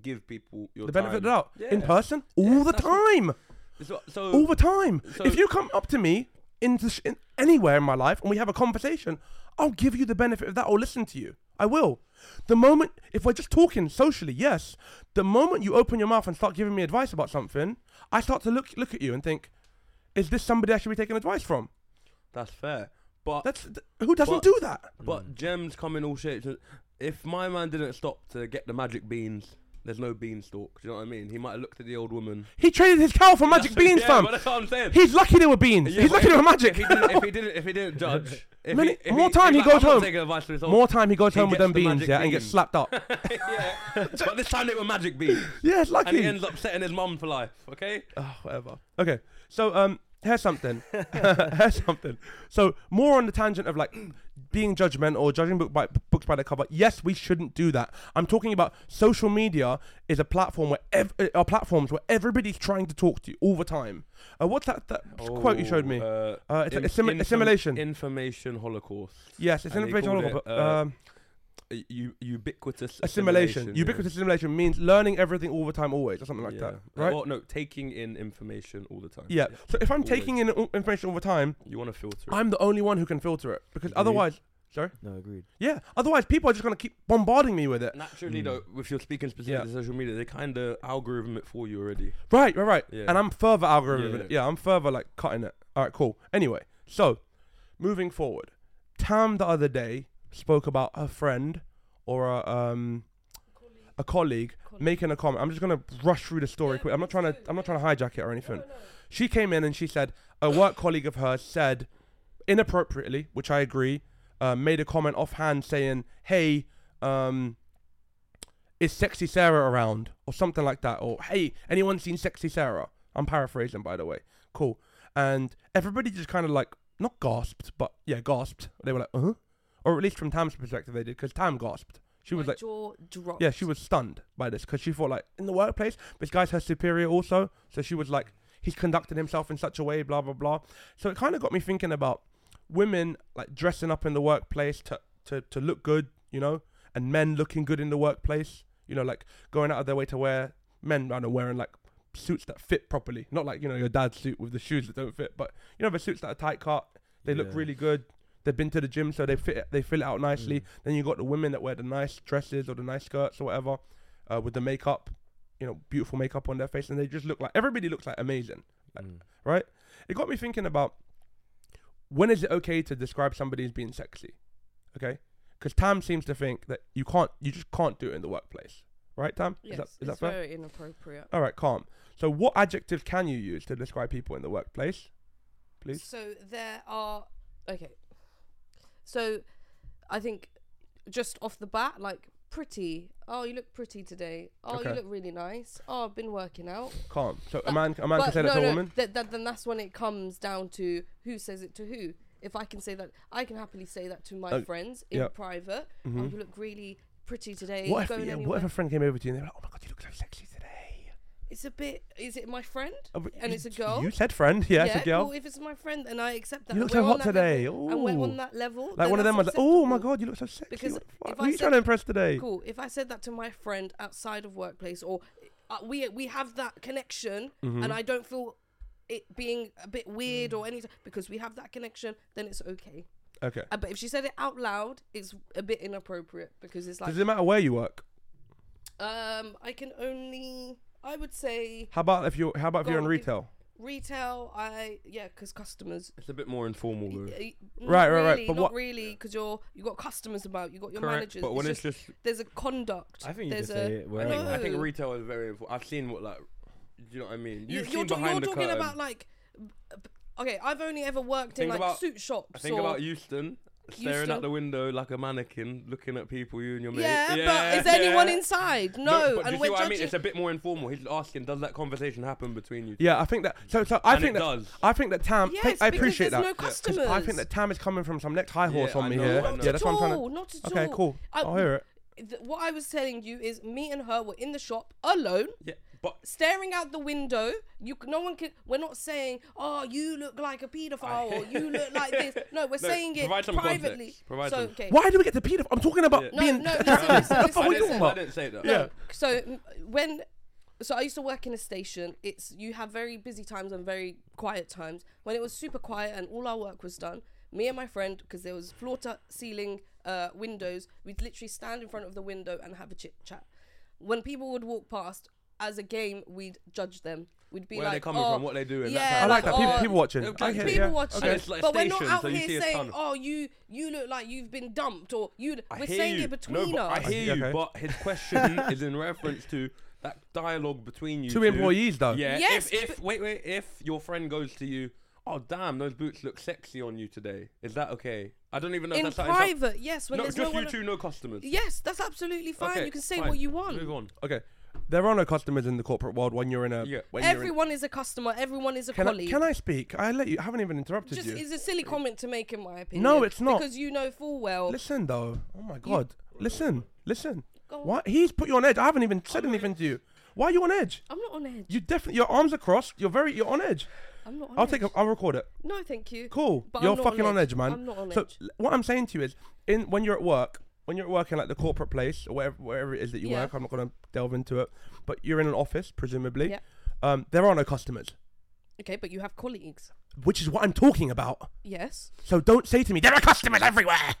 C: give people your
D: the benefit of the
C: time.
D: doubt in
C: Yeah.
D: person
C: Yeah,
D: all the
C: that's what-
D: time.
C: So, so
D: all the time.
C: so-
D: if you come up to me in, the sh- in anywhere in my life and we have a conversation, I'll give you the benefit of that. I'll listen to you. I will. The moment if we're just talking socially, yes. The moment you open your mouth and start giving me advice about something, I start to look look at you and think, is this somebody I should be taking advice from?
C: that's fair. But
D: That's th- who doesn't
C: But-
D: do that.
C: but gems come in all shapes. and If my man didn't stop to get the magic beans, there's no beanstalk. Do you know what I mean? He might have looked at the old woman.
D: He traded his cow for magic
C: That's-
D: beans,
C: yeah,
D: fam.
C: but that's what I'm saying.
D: He's lucky they were beans.
C: Yeah,
D: He's
C: but
D: lucky
C: if-
D: they were magic.
C: If he didn't, if he didn't, if he didn't judge, if
D: Many-
C: he, if
D: more
C: he,
D: time
C: if
D: he
C: like,
D: goes
C: I'm not
D: home.
C: taking advice from this old
D: More time he goes
C: He
D: home with
C: gets
D: them
C: the
D: beans,
C: magic
D: yeah, and gets
C: beans.
D: slapped up.
C: yeah. But this time it were magic beans.
D: yeah, it's lucky.
C: And he ends up setting his mum for life, okay?
D: Oh, whatever. Okay, so um, here's something. here's something. So more on the tangent of like being judgmental or judging book by, books by the cover. Yes, we shouldn't do that. I'm talking about social media is a platform where ev- uh, are platforms where everybody's trying to talk to you all the time. Uh, what's that, that quote you showed me?
C: Oh, Uh,
D: Uh, it's a-
C: in-
D: assimi-
C: inform-
D: assimilation.
C: Information holocaust.
D: yes, it's an
C: and they
D: information.
C: called
D: holocaust,
C: it,
D: but,
C: uh,
D: um,
C: U- u- ubiquitous
D: assimilation.
C: yeah.
D: Ubiquitous assimilation means learning everything all the time, always, or something like
C: Yeah.
D: that,
C: Uh,
D: right?
C: Well, no, taking in information all the time.
D: yeah. So if I'm taking
C: Always.
D: in all- information all the time,
C: You want to filter it.
D: I'm the only one who can filter it because
B: Agreed.
D: otherwise. Sorry.
B: No, agreed.
D: Yeah. Otherwise, people are just gonna keep bombarding me with it.
C: Naturally,
B: Mm.
C: though, if you're speaking specifically to social media, they kind of algorithm it for you already.
D: Right. Right. Right.
C: Yeah.
D: And I'm further algorithm. Yeah.
C: Yeah.
D: I'm further like cutting it. All right. Cool. Anyway, so moving forward, Tam the other day spoke about a friend or a um a colleague making a comment. I'm just gonna rush through the story
A: Yeah,
D: quick. I'm not
A: please
D: trying to.
A: do.
D: I'm not
A: Yeah.
D: trying to hijack it or anything.
A: No, no.
D: She came in and she said a work colleague of hers said inappropriately, which I agree, uh, made a comment offhand saying, "Hey, um, is sexy Sarah around?" or something like that, or "Hey, anyone seen sexy Sarah?" I'm paraphrasing, by the way. Cool. And everybody just kind of like not gasped, but yeah, gasped. They were like, "Uh," huh or at least from Tam's perspective, they did because Tam gasped. She was
A: My
D: like.
A: jaw dropped.
D: Yeah, she was stunned by this because she thought like in the workplace, this guy's her superior also. So she was like, he's conducting himself in such a way, blah blah blah. So it kind of got me thinking about women like dressing up in the workplace to to to look good, you know, and men looking good in the workplace, you know, like going out of their way to wear men, I don't know, wearing like suits that fit properly, not like you know your dad's suit with the shoes that don't fit, but you know the suits that are tight cut, they look
B: Yeah.
D: really good. They've been to the gym, so they fit it, they fill it out nicely.
B: Mm.
D: Then you got the women that wear the nice dresses or the nice skirts or whatever, uh, with the makeup, you know, beautiful makeup on their face, and they just look like everybody looks like amazing. Like-
B: Mm.
D: It got me thinking about when is it okay to describe somebody as being sexy, okay? Because Tam seems to think that you can't, you just can't do it in the workplace, right? Tam,
A: Yes,
D: is that is that
A: it's
D: fair?
A: very inappropriate.
D: All right, calm. So, what adjectives can you use to describe people in the workplace? Please.
A: So there are okay. So I think just off the bat, like pretty. Oh, you look pretty today. Oh,
D: Okay.
A: you look really nice. Oh, I've been working out.
D: Calm. So, a
A: But-
D: man, a man can
A: But
D: say that to
A: no,
D: a
A: no,
D: woman.
A: That, that, then that's when it comes down to who says it to who. If I can say that, I can happily say that to my
D: Oh,
A: friends in
D: yeah.
A: private. Oh,
D: Mhm.
A: you look really pretty today.
D: What if,
A: going
D: yeah, what
A: anywhere?
D: if a friend came over to you and they were like, "Oh my god, you look so sexy today,"
A: It's a bit. Is it my friend?
D: Oh, but
A: And
D: you-
A: it's a girl?
D: You said friend, yeah, it's a girl.
A: Cool. If it's my friend, then I accept that.
D: You
A: and
D: look so
A: we're
D: hot
A: on that
D: today.
A: level, And we're on
D: Ooh.
A: that level.
D: like
A: then
D: one of
A: that's
D: them was like, "Oh my
A: acceptable.
D: god, you look so sexy."
A: Because
D: what the fuck?
A: if
D: Who
A: I
D: are you
A: said-
D: trying to impress today?
A: Cool. If I said that to my friend outside of workplace, or uh, we we have that connection,
D: Mm-hmm.
A: and I don't feel it being a bit weird or anything because we have that connection, then it's okay.
D: Okay.
A: Uh, but if she said it out loud, it's a bit inappropriate because it's like,
D: Does it matter where you work?
A: um, I can only, I would say
D: How about if you? How about if you're in
A: Well, if-
D: retail?
A: retail. I yeah, because customers.
C: It's a bit more informal,
A: y-
C: though.
A: y- not
D: Right, right, right,
A: really,
D: but
A: not
D: what-
A: really, because you're you got customers about, you got your
C: Correct.
A: managers.
C: But when
A: it's
C: it's
A: just,
C: just,
A: there's a conduct.
B: I think you
A: there's
B: just say
A: a
B: it
C: I, think, I
B: wherever.
C: think
A: No.
C: retail is very important. I've seen what, like, do you know what I mean?
A: you-
C: You've
A: you're,
C: seen
A: ta-
C: behind
A: you're
C: the
A: talking
C: curtain.
A: about like b- b- okay i've only ever worked in
C: Think
A: like
C: about-
A: suit shops
C: I think
A: or,
C: about Houston staring
A: Houston.
C: out the window like a mannequin, looking at people, you and your mate.
A: yeah, but is anyone inside no,
C: but do
A: and
C: you see
A: we're
C: what I
A: judging
C: mean? It's a bit more informal. He's asking, does that conversation happen between you? two?
D: Yeah, I think that. So, so I
C: And
D: think
C: it
D: that.
C: does.
D: I think that Tam.
A: Yes,
D: thank- I
A: because
D: appreciate
A: there's
D: that.
A: no
D: 'Cause I think
A: customers.
D: that Tam is coming from some next high horse
C: Yeah,
D: on
C: I
D: me
C: know,
D: here.
C: I know.
A: not
D: Yeah,
A: at
D: that's
A: all,
D: what I'm trying
A: not at
D: to. Okay,
A: all.
D: cool.
A: I-
D: I'll hear it.
A: Th- what I was telling you is me and her were in the shop alone.
C: Yeah. But
A: staring out the window. You c- no one can. We're not saying, "Oh, you look like a paedophile," or "You look like this." No, we're
C: No,
A: saying it
C: provide some context.
A: privately.
C: Provide
A: so,
C: some-
A: okay.
D: Why do we get to pedophile? I'm talking about
A: No,
D: being.
A: no, listen, listen,
D: What the fuck
A: listen,
D: are we
A: listen.
D: talking
C: I
D: about?
C: didn't say that.
D: Yeah.
A: So m- when, so I used to work in a station. It's you have very busy times and very quiet times. When it was super quiet and all our work was done, me and my friend, because there was floor to ceiling uh, windows, we'd literally stand in front of the window and have a chit chat. When people would walk past, as a game, we'd judge them. We'd be
C: Where
A: like,
C: they're coming
A: oh,
C: from, what they do, and
A: yeah,
D: I like that.
A: like,
D: People,
A: oh,
D: people watching.
C: okay,
D: I hear,
A: people
D: yeah.
A: watching,
C: Okay. It's like
A: but we're not
C: stations,
A: out
C: so you see
A: here
C: a
A: saying,
C: tunnel.
A: "Oh, you you look like you've been dumped," or you.
C: I
A: We're
C: hear
A: saying
C: you.
A: it
C: no,
A: between
C: but
A: us.
C: I hear you,
D: Okay.
C: but his question is in reference to that dialogue between you
D: Two employees, though.
C: Yeah.
A: Yes,
C: if, if wait wait if your friend goes to you, oh damn, those boots look sexy on you today. Is that okay? I don't even know.
A: in
C: if that's how it's
A: private, yes, when
C: No,
A: there's
C: just
A: no
C: you
A: one.
C: two, no customers.
A: Yes, that's absolutely fine.
C: Okay,
A: you can say
C: fine.
A: what you want.
C: Move on.
D: Okay. There are no customers in the corporate world when you're in a.
C: Yeah.
D: Uh, When you're in,
A: Everyone is a customer. Everyone is a
D: can, I,
A: colleague.
D: can I speak? I let you. I haven't even interrupted
A: Just
D: you.
A: it's a silly comment to make, in my opinion.
D: No, it's not.
A: because you know full well.
D: Listen though. Oh my god. Listen. Listen.
A: Go on.
D: What? He's put you on edge. I haven't even said anything to you. Why are you on edge?
A: I'm not on edge.
D: You definitely your arms are crossed. You're very you're on edge.
A: I'm not on
D: I'll
A: edge.
D: take a, I'll record it.
A: No, thank you.
D: Cool.
A: But I'm
D: you're
A: not
D: fucking on edge, man.
A: I'm not on
D: so
A: edge.
D: l- what I'm saying to you is in when you're at work, when you're at work in like the corporate place or wherever wherever it is that you
A: Yeah.
D: work, I'm not gonna delve into it. But you're in an office, presumably.
A: Yeah.
D: Um, there are no customers.
A: Okay, but you have colleagues.
D: Which is what I'm talking about.
A: Yes,
D: So don't say to me, there are customers everywhere.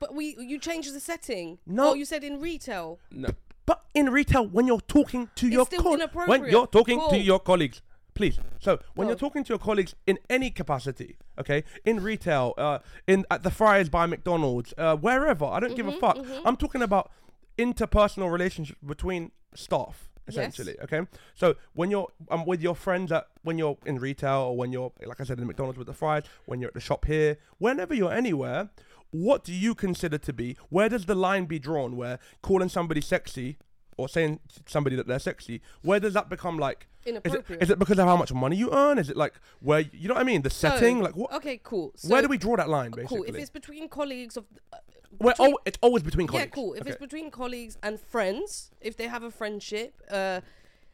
A: but we you changed the setting.
D: No.
A: oh, you said in retail.
C: No.
D: But in retail, when you're talking to
A: It's
D: your
A: still
D: colleagues, when
A: inappropriate.
D: you're talking
A: Cool.
D: to your colleagues, please. So when
A: Cool.
D: you're talking to your colleagues in any capacity, okay, in retail, uh, in at the fryers by McDonald's, uh, wherever, I don't give
A: Mm-hmm,
D: a fuck. I'm talking about interpersonal relationship between staff, essentially. Okay, so when you're um, with your friends at when you're in retail or when you're like I said in McDonald's with the fries, when you're at the shop here, whenever you're anywhere. What do you consider to be? Where does the line be drawn? Where calling somebody sexy or saying to somebody that they're sexy, where does that become like is it-
A: Inappropriate.
D: Is it because of how much money you earn? Is it like where you know what I mean? The
A: So,
D: setting, like what?
A: Okay, cool. So,
D: where do we draw that line? Basically, oh,
A: Cool. If it's between colleagues of. Uh,
D: We're
A: between-
D: al- it's always between colleagues.
A: Yeah, cool. If it's
D: Okay.
A: between colleagues and friends, if they have a friendship, uh,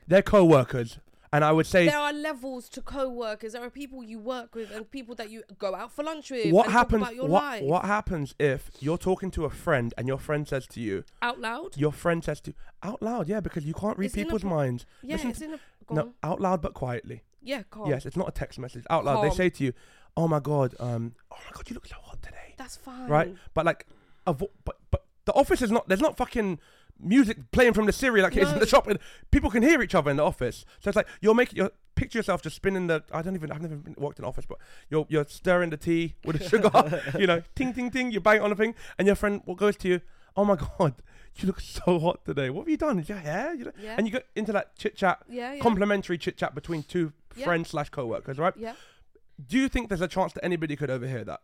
D: they're co-workers, and I would say
A: there are levels to co-workers. There are people you work with and people that you go out for lunch with.
D: what
A: and
D: happens.
A: Talk about your
D: what
A: life
D: what happens if you're talking to a friend and your friend says to you,
A: out loud?
D: your friend says to out loud, yeah, because you can't read
A: It's
D: people's
A: inappro-
D: minds.
A: Yeah,
D: Listen
A: it's
D: to-
A: in a go
D: no,
A: on.
D: out loud but quietly.
A: Yeah, calm.
D: Yes, it's not a text message. Out loud, they
A: Calm.
D: say to you, "Oh my god, um, oh my god, you look so hot today."
A: that's fine.
D: right? But like, avo- but but the office is not. There's not fucking music playing from the Siri like it is in
A: No.
D: the shop. And people can hear each other in the office. So it's like you're making your picture yourself just spinning the. I don't even. I've never been, worked in an office, but you're you're stirring the tea with the sugar. you know, ting ting ting. You bang it on the thing, and your friend what goes to you. Oh my god, you look so hot today. What have you done? Is your hair? You know?
A: Yeah.
D: And you get into that chit chat,
A: Yeah, yeah.
D: complimentary chit chat between two
A: Yeah.
D: friends slash co-workers, right?
A: yeah.
D: Do you think there's a chance that anybody could overhear that?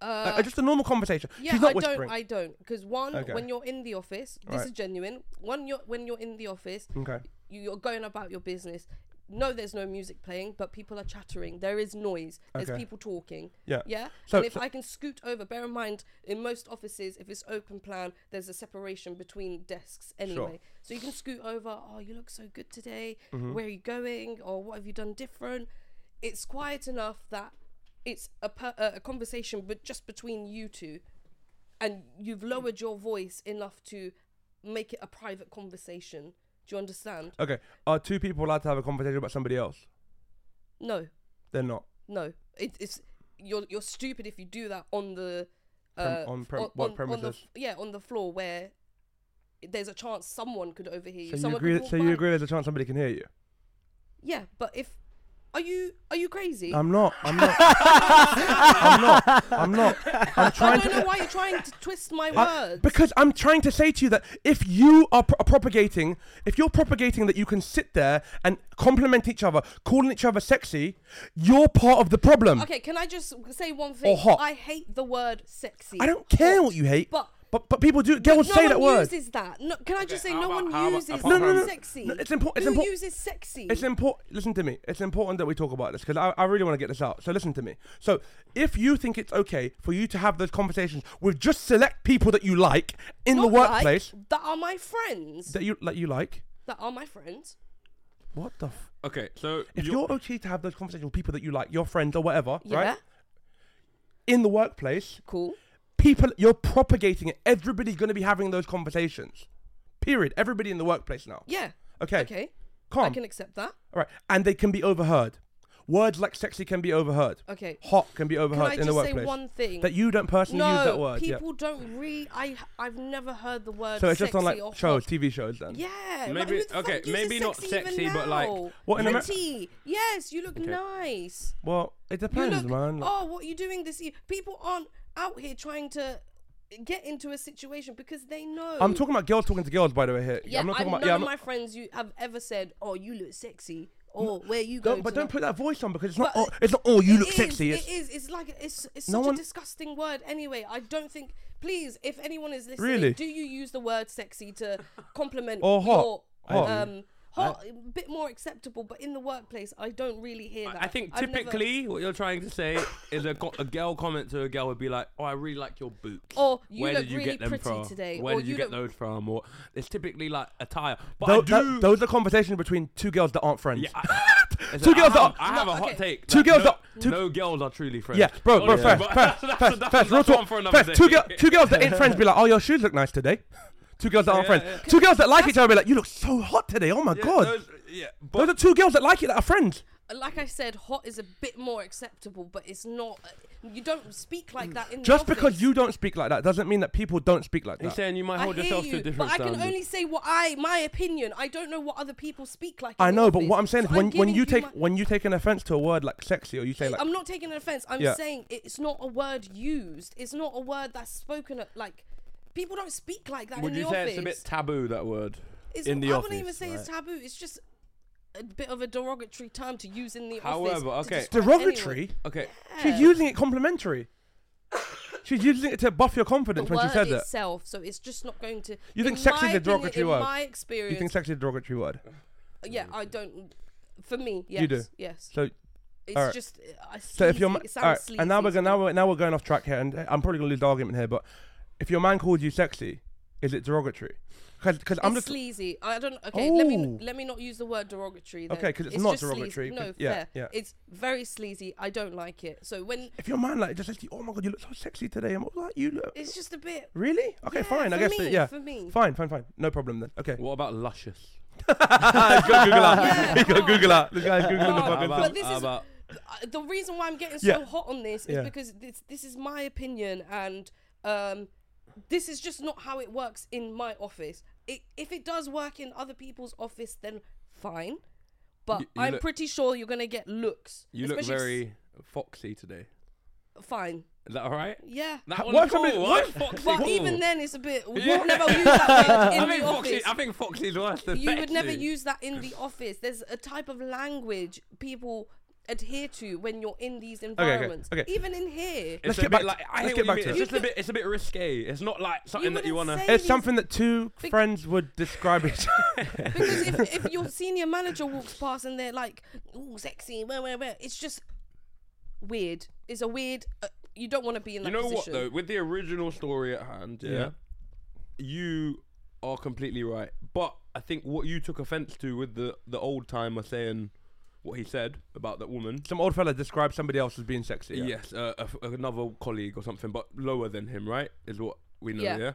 A: Uh,
D: Like, just a normal conversation.
A: yeah,
D: She's not
A: I
D: whispering.
A: don't. I don't. Because one,
D: Okay.
A: when you're in the office, this
D: Right.
A: is genuine. One, you're when you're in the office,
D: Okay.
A: you, you're going about your business. No, there's no music playing, but people are chattering. There is noise. There's
D: Okay.
A: people talking.
D: Yeah.
A: Yeah.
D: So-
A: and if
D: so-
A: I can scoot over, bear in mind, in most offices, if it's open plan, there's a separation between desks anyway. So you can scoot over. Oh, you look so good today.
D: Hmm? Mm-hmm.
A: Where are you going? Or what have you done different? It's quiet enough that it's a per- uh, a conversation, but just between you two, and you've lowered your voice enough to make it a private conversation. Do you understand?
D: Okay. Are two people allowed to have a conversation about somebody else?
A: No,
D: They're not.
A: no. It, it's you're you're stupid if you do that on the
D: Prem-
A: uh,
D: on prem-
A: on,
D: what
A: on- on the
D: premises?
A: f- yeah on the floor where there's a chance someone could overhear you.
D: So you
A: someone
D: agree?
A: Could walk
D: So you
A: by.
D: agree? There's a chance somebody can hear you.
A: Yeah, but if are you are you crazy?
D: I'm not. I'm not. I'm not. I'm not. I'm
A: I
D: trying
A: don't
D: to.
A: know why you're trying to twist my
D: I-
A: words.
D: because I'm trying to say to you that if you are pro- propagating, if you're propagating that you can sit there and compliment each other, calling each other sexy, you're part of the problem.
A: Okay, can I just say one thing?
D: hot.
A: I hate the word sexy.
D: I don't care
A: Hot.
D: what you hate,
A: But
D: but but people do. Girls
A: no
D: say
A: one
D: that word.
A: uses that. No, can I just say
C: how
A: no
C: about-
A: one
C: how about-
A: uses
C: No, no,
A: the word
C: no, no.
A: sexy?
D: No, it's impor- it's
A: Who
D: impor-
A: uses sexy?
D: It's important. Listen to me. It's important that we talk about this because I, I really want to get this out. So listen to me. So if you think it's okay for you to have those conversations with just select people that you like in the
A: Not like,
D: workplace
A: that are my friends.
D: that you like, you like,
A: that are my friends.
D: What the? F-
C: Okay, so
D: if
C: you're-
D: you're okay to have those conversations with people that you like, your friends or whatever,
A: Yeah.
D: right? In the workplace,
A: Cool.
D: people you're propagating it. Everybody's going to be having those conversations. Period. Everybody in the workplace now.
A: Yeah.
D: Okay,
A: Okay. I
D: calm.
A: can accept that.
D: All right, and they can be overheard. Words like sexy can be overheard.
A: Okay.
D: Hot can be
A: Can
D: overheard
A: I
D: in
A: just
D: the
A: say
D: workplace.
A: one thing?
D: That you don't personally
A: no,
D: use that word. yeah.
A: people don't really. I I've never heard the word.
D: So it's just on
A: sexy
D: like
A: or
D: shows,
A: hot.
D: TV shows then.
A: Yeah. like,
C: Maybe-
A: who the
C: okay,
A: fuck uses
C: maybe not
A: even
C: sexy, but, like,
A: now?
D: What, in Ameri-
A: pretty. yes, you look nice.
D: Well, it
A: You
D: depends,
A: look.
D: man. Like,
A: Oh, what are you doing this year? People aren't out here trying to get into a situation because they know.
D: I'm talking about girls talking to girls, by the way. Here,
A: Yeah,
D: I'm not talking
A: none
D: about. Yeah,
A: of
D: I'm
A: my
D: not,
A: friends you have ever said, "Oh, you look sexy," or "Where you go?"
D: don't, but don't put that voice on because it's not.
A: But
D: oh, it's not. Oh, you
A: It
D: look
A: is,
D: sexy.
A: It
D: It's,
A: is. It's like it's it's
D: No
A: such
D: one-
A: a disgusting word. Anyway, I don't think. Please, if anyone is listening,
D: Really?
A: do you use the word sexy to compliment
D: Or hot.
A: Your,
D: Hot.
A: Um, hot, a bit more acceptable, but in the workplace, I don't really hear that.
C: I think
A: I've never-
C: typically what you're trying to say is a, co- a girl comment to a girl would be like, "Oh, I really like your boots."
A: Or, "You
C: Where
A: look
C: did you
A: really
C: get them
A: pretty
C: from?
A: today,"
C: Where
A: or,
C: did you,
A: "You
C: get
A: look-
C: those from? Or it's typically like attire. But
D: Tho-
C: I
D: tho-
C: do.
D: those are conversations between two girls that aren't friends.
C: yeah, I- it's
D: Two
C: like,
D: girls
C: I have,
D: that-
C: I have
A: No,
C: a hot
A: okay.
C: take.
D: Two
C: that
D: girls
C: no,
D: that- two-
C: no girls are truly friends.
D: Yeah, bro, bro,
C: Honestly,
D: first,
C: but
D: first,
C: that's-
D: first,
C: that's-
D: first, real
C: that's one
D: talk,
C: for another
D: first. Two,
C: day.
D: girl, two girls that ain't friends be like, oh, your shoes look nice today. Two girls that aren't
C: Yeah,
D: friends.
C: yeah.
D: Two girls that like each other be like, you look so hot today. Oh my
C: Yeah,
D: god. Those,
C: those- yeah, but
D: are two girls that like it that are friends.
A: like I said, hot is a bit more acceptable, but it's not. You don't speak like that in the
D: Just because
A: office.
D: you don't speak like that doesn't mean that people don't speak like
C: he's
D: that.
C: saying you might
A: I
C: hold
A: hear
C: yourself to a
A: you,
C: different
A: but I can
C: standard.
A: only say what I, my opinion. I don't know what other people speak like. in
D: I
A: the
D: know, but
A: office.
D: what I'm saying
A: So
D: is when, when
A: giving
D: you take
A: my-
D: when you take an offense to a word like sexy or you say like
A: I'm not taking an offense. I'm
D: Yeah.
A: saying it's not a word used. It's not a word that's spoken at, like people don't speak like that
C: Would
A: in
C: you
A: the
C: say
A: office.
C: it's a bit taboo that word
A: It's-
C: in the
A: I
C: office?
A: wouldn't even say it's
C: right?
A: taboo. It's just a bit of a derogatory term to use in the office.
C: However,
A: to
C: okay.
A: describe anyone.
D: derogatory.
C: Okay,
D: She's
A: Yeah.
D: using it complimentary. She's using it to buff your
A: The
D: confidence when she
A: word
D: says it.
A: itself, so it's just not going to.
D: You think
A: in
D: sex
A: my
D: is a derogatory
A: opinion,
D: word?
A: In my
D: You
A: experience,
D: think sexy is a derogatory word?
A: yeah, I don't. For me, yes,
D: You do.
A: yes.
D: So
A: It's
D: Alright.
A: just. I
D: So if your ma-
A: it sounds
D: all right, and now
A: sleazy
D: we're
A: to
D: going now
A: me.
D: we're, now we're going off track here, and I'm probably gonna lose the argument here, but if your man called you sexy, is it derogatory? Because I'm
A: It's
D: just
A: sleazy. I don't. Okay, let me
D: Oh.
A: let me not use the word derogatory. Then.
D: Okay, 'cause it's not
A: just sleazy.
D: derogatory,
A: No,
D: 'cause- yeah,
A: fair.
D: yeah.
A: It's very sleazy. I don't like it. So when
D: if your man like just says to you, oh my god, you look so sexy today, I'm like you look
A: it's just a bit.
D: really okay,
A: yeah,
D: fine, I
A: for
D: guess
A: me,
D: that- yeah,
A: For me.
D: fine, fine, fine, no problem then. Okay,
C: what about luscious?
D: go Google
A: Yeah,
D: that. go
A: oh.
D: Google that. This guy's googling the
A: Oh,
D: fucking
A: but
D: stuff.
A: this is-
C: about
A: Uh, The reason why I'm getting so
D: Yeah.
A: hot on this is
D: Yeah.
A: because this this is my opinion and um, this is just not how it works in my office. It, if it does work in other people's office, then fine. But
C: You- you
A: I'm
C: look-
A: pretty sure you're gonna get looks.
C: you look
A: especially if s-
C: very foxy today.
A: fine.
C: Is that all right?
A: Yeah.
C: That
D: what
C: one's
D: if somebody-
C: cool,
D: what-
C: right? Foxy,
A: But
C: cool.
A: even then, it's a bit. We'll
C: Yeah.
A: never use that
C: I
A: word in
C: think
A: the
C: foxy.
A: office.
C: I think foxy's worse than
A: You would never
C: sexy.
A: use that in the office. There's a type of language people adhere to when you're in these environments.
D: okay.
A: Even in here,
C: It's
D: Let's
C: a
D: get
C: bit
D: back to-
C: Like, I
D: let's
C: hear
D: get
C: what
D: back
C: you mean.
D: to it.
C: It's just a bit. It's a bit risque. It's not like something that you want
A: wouldn't
C: to.
A: say
D: It's
A: these-
D: something that two
A: Big-
D: friends would describe each other.
A: because if, if your senior manager walks past and they're like, "Ooh, sexy," where, where, where, it's just weird. It's a weird. Uh, you don't want to be in
C: You
A: that
C: know what
A: position.
C: though? With the original story at hand, yeah,
D: Yeah.
C: you are completely right. But I think what you took offence to with the the old timer saying what he said about that woman.
D: Some old fella describes somebody else as being sexy. yeah.
C: Yes, uh, a f another colleague or something, but lower than him, right? Is what we know.
A: Yeah.
C: Yeah.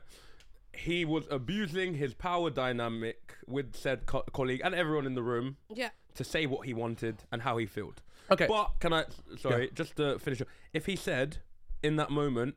C: He was abusing his power dynamic with said co- colleague and everyone in the room
A: Yeah.
C: to say what he wanted and how he felt.
D: Okay.
C: But can I? Sorry, just to finish up. If he said in that moment,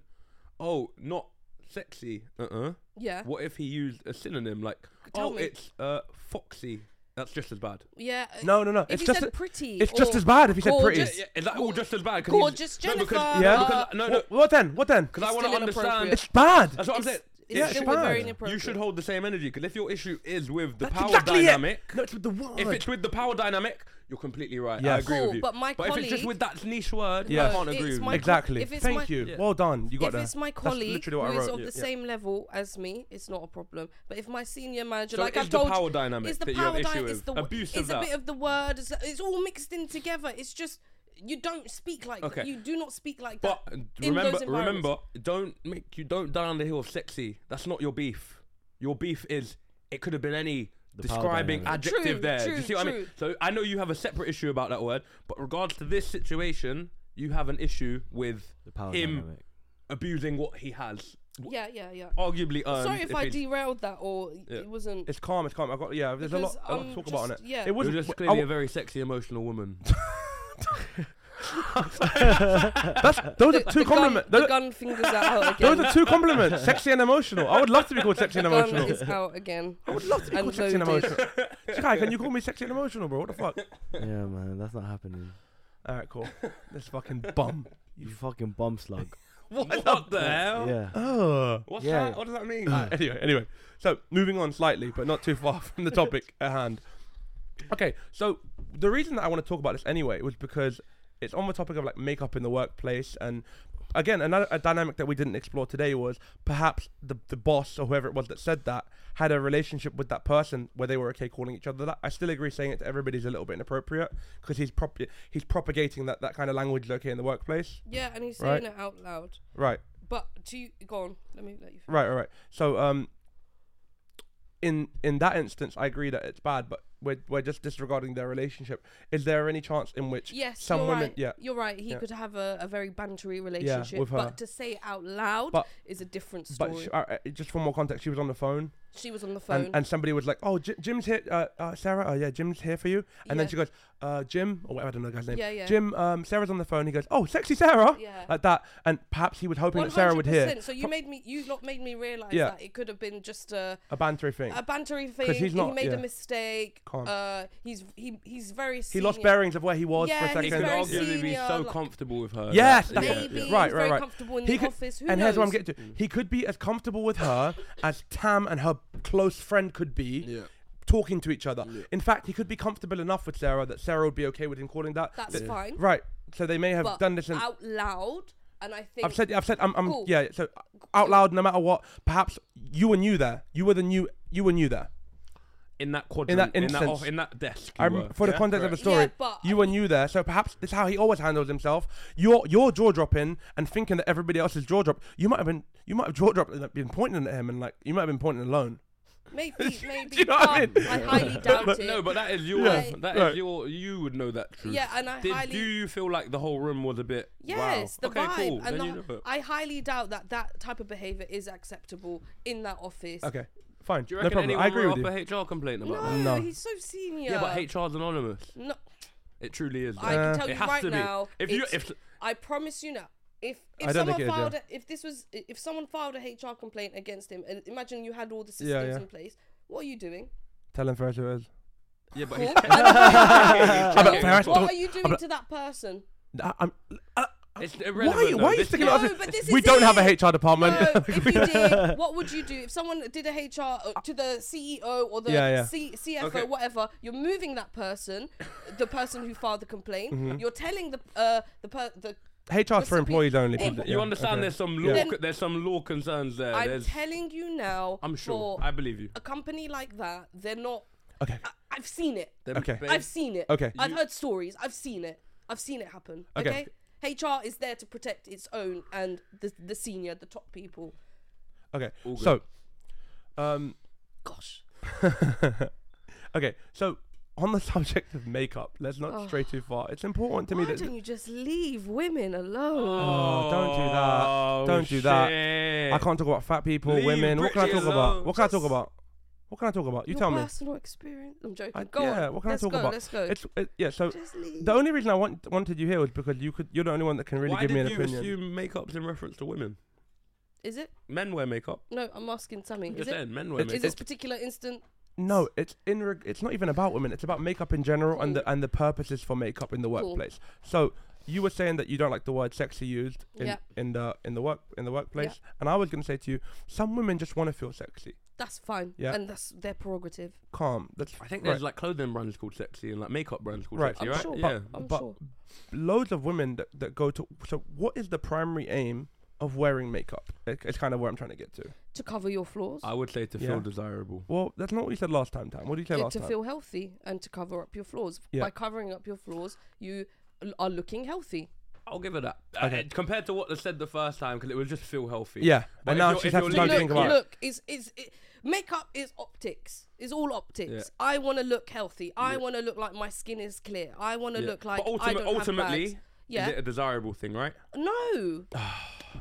C: "Oh, not sexy," uh uh
A: Yeah.
C: What if he used a synonym like,
A: Tell
C: "Oh,
A: me."
C: it's uh foxy"? That's just as bad.
A: Yeah. uh,
D: No, no, no.
A: If
D: It's
A: you
D: just
A: said
D: a-
A: pretty,
D: it's just
A: or
D: as bad if you said pretty.
A: gorgeous,
C: Yeah, is that all just as bad? 'Cause he's-
A: Gorgeous
C: No,
A: Jennifer.
C: because-
D: Yeah.
C: because- no, no.
D: What, what then? What then?
C: Because I
A: It's
C: want to
A: still
C: understand.
A: inappropriate.
D: It's bad.
C: That's what I'm saying.
A: It's, it's
D: Yeah,
A: still
D: it's
A: very
D: bad.
A: inappropriate.
C: You should hold the same energy because if your issue is with the
D: That's
C: power
D: exactly it.
C: dynamic,
D: No, it's with the word.
C: if it's with the power dynamic, you're completely right. I
D: Yes.
C: agree
A: Cool,
C: with you.
A: but my
C: if it's just
A: colleague-
C: with that niche word, I
D: Yes.
C: can't
A: It's
C: agree with
A: my
C: you.
A: co-
D: exactly.
A: if it's
D: Thank
A: my-
D: you.
C: Yeah.
D: Well done. You got
A: if
D: there.
A: it's my
D: That's
A: colleague
D: literally what I
A: who is
D: wrote.
A: of
D: Yeah.
A: the
D: Yeah.
A: same level as me, it's not a problem. But if my senior manager,
C: So
A: like
C: it
A: I've
C: is the
A: told,
C: power
A: you,
C: dynamic
A: it's the
C: that you have
A: power
C: issue
A: dynamic,
C: with.
A: it's the
C: Abuse of
A: it's a
C: that.
A: bit of the word, it's, it's all mixed in together. It's just you don't speak like
C: Okay.
A: that. You do not speak like
C: But
A: that. in
C: remember,
A: those environments.
C: remember, don't make you don't die on the hill of sexy. That's not your beef. Your beef is it could have been any
B: The power
C: describing
B: dynamic.
C: adjective
A: True,
C: there. Do you
A: true,
C: see what I mean?
A: true.
C: So I know you have a separate issue about that word, but regards to this situation, you have an issue with
B: the power
C: him.
B: dynamic.
C: abusing what he has. w-
A: Yeah, yeah, yeah.
C: Arguably
D: um,
C: earned.
A: Sorry if, I
C: it's-
A: derailed that or
C: Yeah.
A: it wasn't.
D: It's calm. It's calm. I got yeah. There's
A: because
D: a lot, a lot
A: I'm
D: to talk about on it.
A: just- Yeah.
D: It
C: You're
D: wasn't.
C: just
D: I
C: clearly
D: w-
C: a very sexy, emotional woman.
D: that's those
A: The-
D: are two
A: the gun-
D: compliments.
A: The
D: Those,
A: gun fingers are out again.
D: those are two compliments. sexy and emotional. I would love to be called sexy
A: the
D: and
A: gun
D: emotional.
A: is out again.
D: I would love to be
A: and
D: called sexy and
A: loaded.
D: emotional. Sky, can you call me sexy and emotional, bro? What the fuck?
B: yeah, man, that's not happening.
D: All right, cool. This fucking bum.
B: You fucking bum slug.
C: what, the hell?
B: yeah.
D: Ugh.
C: What's
B: Yeah.
C: that? What does that mean?
D: Uh, anyway, anyway, so moving on slightly, but not too far from the topic at hand. Okay, so the reason that I want to talk about this anyway was because it's on the topic of like makeup in the workplace, and again, another a dynamic that we didn't explore today was perhaps the the boss or whoever it was that said that had a relationship with that person where they were okay calling each other that. I still agree saying it to everybody's a little bit inappropriate because he's prop- he's propagating that that kind of language is okay in the workplace.
A: Yeah, and he's
D: Right.
A: saying it out loud.
D: Right.
A: But do you go on? Let me let you.
D: Right, right, right. So, um, in in that instance, I agree that it's bad, but we're we're just disregarding their relationship. Is there any chance in which
A: Yes,
D: some
A: you're
D: women,
A: right.
D: yeah,
A: You're right. He
D: Yeah.
A: could have a, a very bantery relationship,
D: with her.
A: but to say it out loud
D: But-
A: is a different
D: but
A: story.
D: sh- uh, uh, just for more context, she was on the phone,
A: she was on the phone.
D: and and somebody was like, "Oh, J- Jim's here, uh, uh, Sarah. Oh, yeah, Jim's here for you." And then
A: Yeah.
D: she goes, "Uh, Jim, or whatever, I don't know the guy's name.
A: yeah, yeah,
D: Jim, um, Sarah's on the phone." He goes, "Oh, sexy Sarah."
A: yeah.
D: Like that, and perhaps he was hoping that Sarah would hear
A: 100%. So you
D: Pro-
A: made me, you lot made me realize
D: Yeah.
A: that it could have been just a
D: a bantery thing.
A: a bantery thing.
D: 'Cause he's
A: he
D: not-
A: made
D: yeah.
A: a mistake.
D: Calm.
A: Uh, he's he he's very.
D: he
A: Senior.
D: lost bearings of where he was
A: Yeah,
D: for a
A: he's
C: He
D: second.
C: could
A: very
C: arguably be
A: senior,
C: so
A: like-
C: comfortable with her.
D: Yes,
C: that-
D: that's-
C: yeah,
A: Maybe
C: yeah.
A: he's
D: Right, right,
A: very
D: right.
A: comfortable in
D: He
A: the
D: could-
A: office. Who
D: and
A: knows?
D: here's what I'm getting to. He could be as comfortable with her as Tam and her close friend could be
C: Yeah.
D: talking to each other.
C: Yeah.
D: In fact, he could be comfortable enough with Sarah that Sarah would be okay with him calling that.
A: That's
D: Th-
A: fine.
D: Right. So they may have
A: but
D: done this and
A: out loud, and I think
D: I've said I've said I'm, I'm
A: Cool.
D: yeah, so out loud no matter what, perhaps you were new there. You were the new you were new there.
C: In that quadrant. in that,
D: instance.
C: off- in that desk. you
D: I
C: were.
D: rem- for the
C: Yeah,
D: context
C: correct.
D: of the story,
A: Yeah, but-
D: you were new there, so perhaps this is how he always handles himself. You're you're jaw dropping and thinking that everybody else is jaw dropped. You might have been you might have jaw dropped and been pointing at him and like you might have been pointing alone.
A: maybe maybe.
D: you know what I
A: but
D: mean?
A: I highly doubt
C: But
A: it.
C: no, but that is your.
A: Yeah.
C: That
D: Right.
C: is your. You would know that truth.
A: yeah, and I
C: Did,
A: highly
C: Do you feel like the whole room was a bit?
A: Yes,
C: wow.
A: the
C: okay,
A: vibe.
C: Cool.
A: And
C: then
A: the-
C: you know it.
A: I highly doubt that that type of behavior is acceptable in that office.
D: Okay, fine,
C: Do you
D: no
C: reckon
D: problem.
C: anyone
D: I agree with
C: wrote
D: you.
C: up a HR complaint about
A: No,
C: that?
D: No.
A: he's so senior.
C: Yeah, but HR's anonymous.
A: No,
C: It truly is. though.
A: I
D: Uh,
A: can tell
C: it
A: you
C: has
A: right
C: to be.
A: now.
C: if you,
A: it's-
C: if
A: I promise you now. If if
D: I don't
A: someone
D: think it is, yeah.
A: filed a, if this was if someone filed a HR complaint against him, and imagine you had all the systems
D: yeah.
A: in place, what are you doing?
D: Tell him first who it is.
C: yeah, but
A: Cool.
C: he's-
A: I
D: but
A: don't care.
D: Ferris,
A: what
D: don't-
A: are you doing
D: but-
A: to that person?
D: I, I'm,
C: it's
D: why
C: irrelevant.
D: are you,
C: though.
D: why are you
C: This-
D: sticking
A: No,
D: it on?
A: but this
D: we
A: is
D: don't have a
A: it.
D: HR department.
A: No, if you did, what would you do? If someone did a HR uh, to the CEO or the
D: Yeah, yeah.
A: C- CFO,
C: Okay.
A: whatever, you're moving that person, the person who filed the complaint.
D: Mm-hmm.
A: You're telling the uh, the per- the.
D: HR's for
A: Listen,
D: employees only.
A: if-
D: people-
C: You
D: yeah,
C: understand?
D: okay.
C: There's some law.
A: Then-
C: there's some law concerns there.
A: I'm
C: Uh, there's,
A: telling you now.
C: I'm sure.
A: For
C: I believe you.
A: a company like that, they're not.
D: Okay,
A: I, I've seen it.
C: Then-
D: Okay.
C: then-
A: I've seen it.
D: okay.
A: I've
C: You-
A: heard stories. I've seen it. I've seen it happen.
D: Okay.
A: Okay. HR is there to protect its own and the the senior, the top people.
D: Okay.
C: All
D: So, um,
A: Gosh.
D: okay. So, on the subject of makeup, let's not
A: Oh.
D: stray too far. It's important to me
A: Why
D: that.
A: don't you just leave women alone?
D: Oh, don't do that.
C: Oh,
D: Don't do that. I can't talk about fat people,
C: Leave
D: women. What can I
C: Britney
D: talk about?
C: alone.
D: What can I talk about? What can I talk about? You
A: Your
D: tell me.
A: personal experience. I'm joking.
D: I-
A: go
D: yeah,
A: on.
D: what can I
A: let's
D: talk
A: go,
D: about?
A: Let's go.
D: It's it, yeah. So
A: just leave.
D: the only reason I want, wanted you here was because you could. You're the only one that can really
C: Why
D: give
C: did
D: me an
C: you
D: opinion.
C: assume makeup's in reference to women?
A: Is it?
C: Men wear makeup.
A: No, I'm asking Sammy.
C: I'm
A: Is
C: just
A: it?
C: saying, men wear
D: It's-
A: Is
C: makeup.
A: this particular instant?
D: No, it's in. Reg- it's not even about women. It's about makeup in general and the and the purposes for makeup in the
A: Cool.
D: workplace. So you were saying that you don't like the word "sexy" used in
A: Yeah.
D: in the in the work in the workplace, and I was going to say to you, some women just want to feel sexy,
A: That's fine.
D: Yeah.
A: And that's their prerogative.
D: calm. That's
C: I think
D: right.
C: there's like clothing brands called sexy and like makeup brands called
D: Right.
C: sexy,
A: I'm
C: right?
A: sure,
C: yeah.
A: I'm
D: but
A: sure.
D: loads of women that, that go to. So what is the primary aim of wearing makeup? It, it's kind of where I'm trying to get to.
A: To cover your flaws.
C: I would say to
D: Yeah.
C: feel desirable.
D: Well, that's not what you said last time, Tam. What did you say
A: to,
D: last
A: to
D: time?
A: feel healthy and to cover up your flaws.
D: Yeah.
A: By covering up your flaws, you l- are looking healthy.
C: I'll give it that.
D: Okay.
C: Uh, compared to what they said the first time, because it was just feel healthy.
D: yeah,
C: But if
D: and now
C: you're-
D: she's
C: if
D: having
C: you're
D: time to
A: look,
D: think about it.
A: look, it's, it's, it, Makeup is optics. It's all optics.
C: Yeah.
A: I want to look healthy. I
C: Yeah.
A: want to look like my skin is clear. I want to
C: Yeah.
A: look like
C: but
A: I
C: ultimate,
A: don't
C: ultimately,
A: have bags. Yeah.
C: is it a desirable thing, right?
A: no.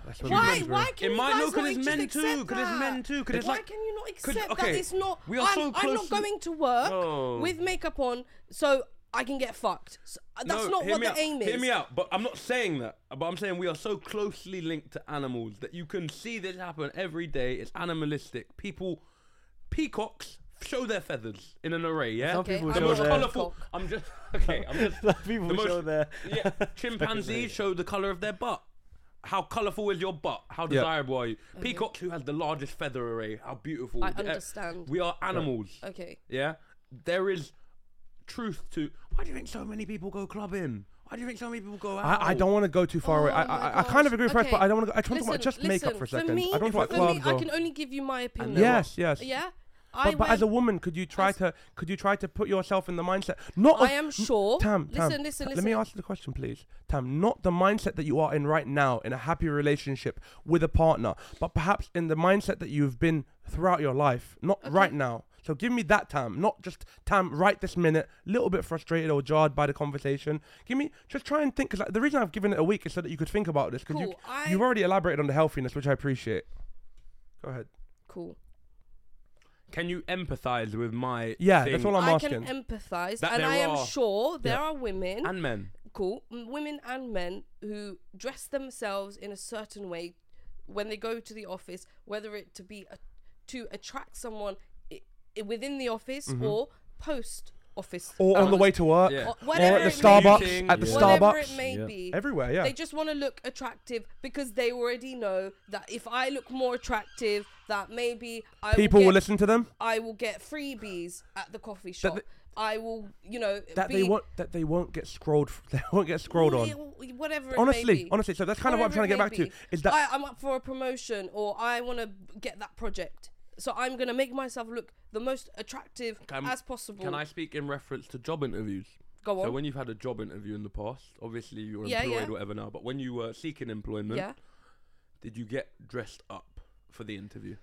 D: That's
A: Why? Why can
C: It
A: you
C: might
A: guys
C: no,
A: not
C: because it's
A: just
C: men
A: accept
C: too. Because it's
A: that?
C: men too. Because it's
A: Why
C: like
A: can you not
C: could-
A: accept that
C: okay,
A: it's not?
C: we are
A: I'm,
C: so
A: I'm not
C: close to-
A: going to work
C: No.
A: with makeup on, so I can get fucked. So, uh, that's
C: No,
A: not
C: hear
A: what
C: me
A: the
C: out.
A: aim is.
C: Hear me out, but I'm not saying that. But I'm saying we are so closely linked to animals that you can see this happen every day. It's animalistic. People, peacocks show their feathers in an array. Yeah,
B: Some people
A: I'm
C: the
B: show
C: most
A: not a
B: their.
C: colourful.
A: peacock.
C: I'm just okay. I'm just
B: Some people
C: the most-
B: show their.
C: yeah. Chimpanzees show the color of their butt. How colorful is your butt? How
D: Yeah.
C: desirable are you? Peacocks, who has the largest feather array? How beautiful!
A: I
C: Yeah.
A: understand.
C: Uh, We are animals.
A: Okay.
C: Yeah, there is truth to. Why do you think so many people go clubbing? Why do you think so many people go out?
D: I, I don't want to go too far away.
A: Oh
D: I,
A: my
D: I, I
A: gosh.
D: kind of agree with Fresh, but
A: Okay.
D: I don't want to. I just want to talk about
A: Listen,
D: just makeup
A: listen,
D: for a second.
A: me,
D: I don't want to
A: for
D: talk
A: me,
D: about
A: I can
D: clubs.
A: only give you my opinion.
D: or- Yes, yes.
A: Yeah. I
D: But, but as a
A: went-
D: woman, could you try to could you try to put yourself in the mindset? Not
A: I
D: of-
A: am
D: n-
A: sure.
D: mm, Tam, Tam,
A: Listen, listen,
D: Let me
A: listen.
D: ask you the question, please. Tam, not the mindset that you are in right now in a happy relationship with a partner, but perhaps in the mindset that you've been throughout your life, not right now. So give me that Tam, not just Tam right this minute, little bit frustrated or jarred by the conversation. Give me just try and think because like, the reason I've given it a week is so that you could think about this because you
A: Cool, I-
D: you've already elaborated on the healthiness, which I appreciate. Go ahead.
A: cool.
C: Can you empathize with my?
D: Yeah,
C: thing?
D: that's all I'm
A: I
D: asking.
A: can empathize,
C: That
A: and
C: there
A: I am
C: are-
A: sure there are women,
C: and men.
A: cool, m- women and men who dress themselves in a certain way when they go to the office, whether it to be a, to attract someone i i within the office or post office,
D: Mm-hmm. or on the way to work,
C: Yeah.
A: Or
D: or
A: whatever
D: at the
A: it may be.
D: Starbucks,
C: Commuting,
D: at the
B: yeah.
A: whatever it
D: Starbucks,
A: may
B: Yeah.
A: be.
D: everywhere. Yeah,
A: They just want to look attractive because they already know that if I look more attractive, that maybe I
D: people
A: will,
D: will
A: get-
D: listen to them.
A: I will get freebies at the coffee shop.
D: th-
A: I will, you know,
D: That
A: be
D: they won't. That they won't get scrolled. f- They won't get scrolled on.
A: Wh- Whatever. it may
D: Honestly,
A: be.
D: honestly. So that's kind of what I'm
A: Whatever
D: trying to get
A: it
D: back
A: may
D: to.
A: be.
D: Is that
A: I, I'm up for a promotion or I want to get that project, so I'm gonna make myself look the most attractive
C: Can-
A: as possible.
C: Can I speak in reference to job interviews?
A: go on?
C: So when you've had a job interview in the past, obviously you're
A: Yeah,
C: employed
A: yeah.
C: or whatever now. But when you were seeking employment,
A: yeah.
C: did you get dressed up for the interview,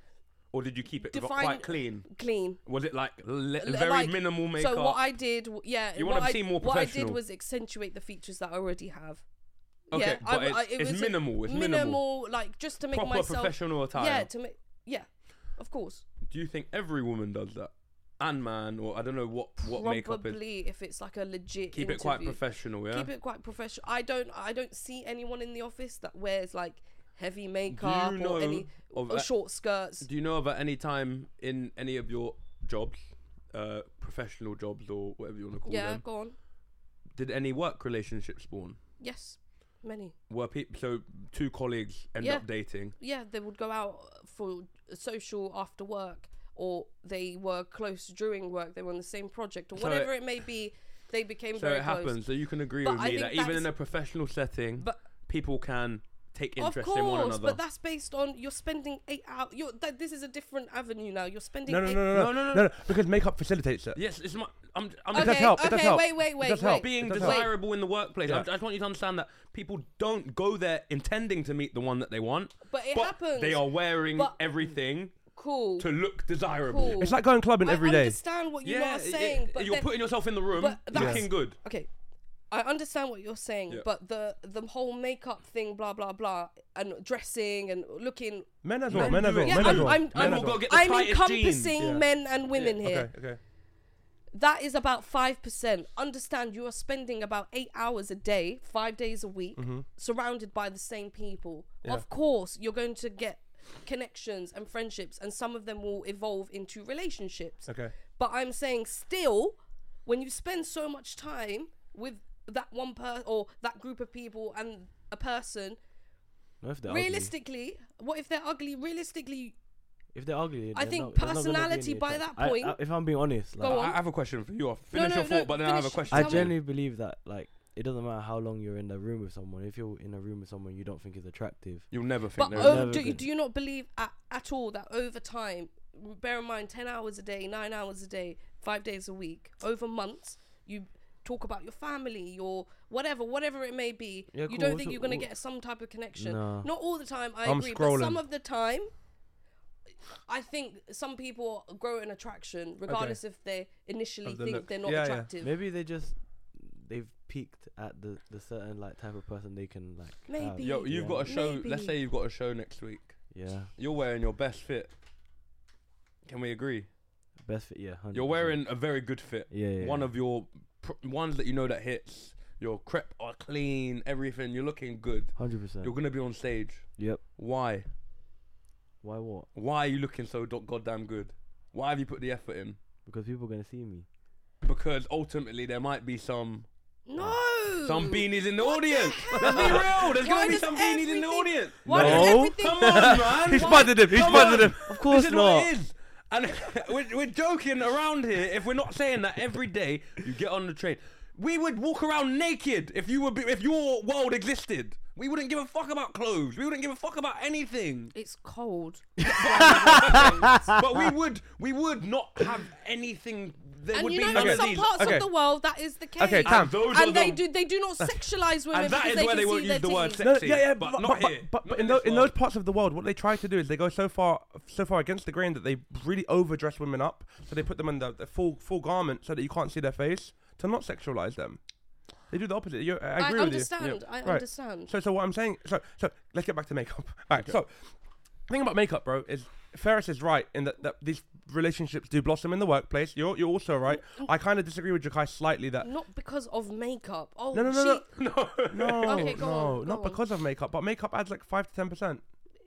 C: or did you keep it
A: Define-
C: quite clean?
A: Clean.
C: Was it like le-
A: L-
C: very
A: like-
C: minimal makeup?
A: So what I did, w- yeah.
C: You
A: what
C: wanna
A: I-
C: seem more
A: What I did
C: professional.
A: was accentuate the features that I already have.
C: Okay,
A: yeah,
C: but
A: I,
C: it's-
A: I, it
C: it's
A: was a
C: minimal, it's minimal.
A: minimal. like just to make
C: Proper
A: myself.
C: professional attire.
A: Yeah, to make. Yeah, of course.
C: Do you think every woman does that? And man, or I don't know what what makeup is.
A: Probably if it's like a legit.
C: Keep it quite
A: interview.
C: professional, yeah.
A: Keep it quite professional. I don't. I don't see anyone in the office that wears like heavy
C: do
A: makeup
C: you know
A: or any
C: of
A: or
C: a-
A: short skirts.
C: Do you know of at any time in any of your jobs, uh, professional jobs or whatever you want to call
A: Yeah,
C: them,
A: go on.
C: did any work relationships spawn?
A: Yes, many.
C: Were people so two colleagues end
A: Yeah.
C: up dating?
A: yeah, they would go out for social after work, or they were close during work. They were on the same project, or
C: So
A: whatever it, may be. They became
C: So
A: very
C: it
A: close.
C: happens. So you can agree
A: But
C: with
A: I
C: me
A: think
C: that even in
A: that's-
C: a professional setting,
A: But
C: people can take
A: of
C: interest in one
A: course,
C: another.
A: but that's based on you're spending eight hours. You're, that, this is a different avenue now. You're spending.
D: no, no,
A: eight,
D: no, no, no, no, no, Because makeup facilitates it.
C: yes, it's my. I'm. I'm
A: Okay,
D: does help, it
A: okay,
D: does help,
A: wait, wait,
D: it
A: wait,
D: does
A: wait.
D: help.
C: being
D: It does
C: desirable in the workplace. I-
D: Yeah.
C: I just want you to understand that people don't go there intending to meet the one that they want.
A: But it happens.
C: They are wearing
A: But-
C: everything
A: Cool.
C: to look desirable.
A: Cool.
D: It's like going clubbing
A: I
D: every day.
A: understand what you
C: Yeah,
A: lot are
C: it- it-
A: saying, but
C: you're
A: then-
C: putting yourself in the room
A: but that's-
C: looking good.
A: okay i understand what you're saying
C: Yeah.
A: but the the whole makeup thing blah blah blah and dressing and looking
D: Men as well.
C: Men
D: Men as
C: do
D: well.
C: it.
A: yeah
D: Men as
A: i'm
D: well.
A: i'm,
C: Men
A: I'm,
C: will
A: I'm,
C: go get the tightest
A: encompassing
D: jeans. Yeah.
A: men and women here
D: Okay. Okay.
A: that is about 5% understand you are spending about 8 hours a day 5 days a week
D: Mm-hmm.
A: surrounded by the same people of course you're going to get connections and friendships and some of them will evolve into relationships
D: Okay.
A: but I'm saying still, when you spend so much time with that one person or that group of people and a person,
B: No, if they're
A: realistically, what if they're ugly? Realistically,
B: ugly. If they're ugly,
A: I
B: they're
A: think
B: not- they're not gonna be
A: personality
B: any
A: by
B: attract-
A: that point-
B: I, I, if I'm being honest, like,
A: Go
C: I
A: on.
C: I have a question for you. I'll Finish
A: no,
C: your
A: no,
C: thought, but then I have a
A: finish-
C: question.
B: I
A: tell me.
B: generally believe that like it doesn't matter how long you're in the room with someone. If you're in a room with someone you don't think is attractive,
C: You'll never
A: but
C: think they're.
B: oh-
A: over,
B: never
A: do, you,
B: been.
A: do you not believe at, at all that over time, bear in mind 10 hours a day, 9 hours a day, 5 days a week, over months, you talk about your family, your whatever, whatever it may be,
B: Yeah,
A: you
B: cool,
A: don't
B: what's
A: think
B: the-
A: you're going to
B: what-
A: get some type of connection.
B: No.
A: Not all the time, I
D: I'm
A: agree, but
D: scrolling.
A: some of the time, I think some people grow an attraction regardless if they initially
D: Of the
A: think
D: look.
A: they're not
D: Yeah, yeah.
A: attractive.
B: Maybe they just they've peaked at the the certain like type of person they can like. have.
A: Maybe.
C: Yo, you've
B: yeah.
C: got a show.
A: Maybe.
C: Let's say you've got a show next week.
B: Yeah,
C: You're wearing your best fit. Can we agree?
B: best fit. Yeah, 100%.
C: You're wearing a very good fit.
B: yeah, yeah,
C: One
B: yeah.
C: of your pr- ones that you know that hits. Your crep are clean. Everything. You're looking good.
B: hundred percent.
C: You're gonna be on stage.
B: Yep.
C: Why?
B: Why what?
C: Why are you looking so do- goddamn good? Why have you put the effort in?
B: Because people are gonna see me.
C: Because ultimately there might be some
A: No.
C: some beanies in the
A: What the
C: audience.
A: hell?
C: Let's be real. There's
A: Why
C: gonna be
A: does
C: some beanies in the
A: everything-
C: audience.
A: Why does
B: No.
A: everything-
C: Come on, man.
D: He's
C: Why-
D: spotted him. He's
C: Come
D: spotted
C: on.
D: him.
B: Of
C: This
B: course
C: is
B: not.
C: what it is. And we're, we're joking around here. If we're not saying that every day you get on the train, we would walk around naked if you were be- if your world existed. We wouldn't give a fuck about clothes. We wouldn't give a fuck about anything.
A: It's cold.
C: but we would we would not have anything. There
A: and
C: would
A: you
C: be
A: know,
C: none
A: in
C: of
A: some
C: these.
A: parts
D: Okay.
A: of the world, that is the case.
D: Okay, Tam.
C: and those are
A: And they
C: the-
A: do. They do not sexualize women
C: that
A: because
C: is
A: they
C: where
A: can
C: they won't
A: see
C: use
A: their
C: the word
A: titties.
C: sex.
D: No,
C: sexy,
D: yeah, yeah,
C: but
D: but,
C: not
D: but,
C: here,
D: But, but
C: not
D: in,
C: in
D: tho-
C: this
D: in
C: world.
D: those parts of the world, what they try to do is they go so far, so far against the grain that they really overdress women up, so they put them in the, the full full garment so that you can't see their face to not sexualize them. They do the opposite. you I
A: I,
D: agree with you.
A: understand. I
D: Right.
A: understand.
D: So, so what I'm saying, so, so let's get back to makeup. All right. So, the thing about makeup, bro, is Ferris is right in that, that these relationships do blossom in the workplace. You're you're also right.
A: Mm-hmm.
D: I kind of disagree with Jakai slightly that.
A: Not because of makeup. Oh,
D: No, no, no,
A: she,
D: no,
C: No.
D: no,
A: Okay, go
D: no,
A: on, go
D: not
A: on.
D: because of makeup, but makeup adds like five to ten percent.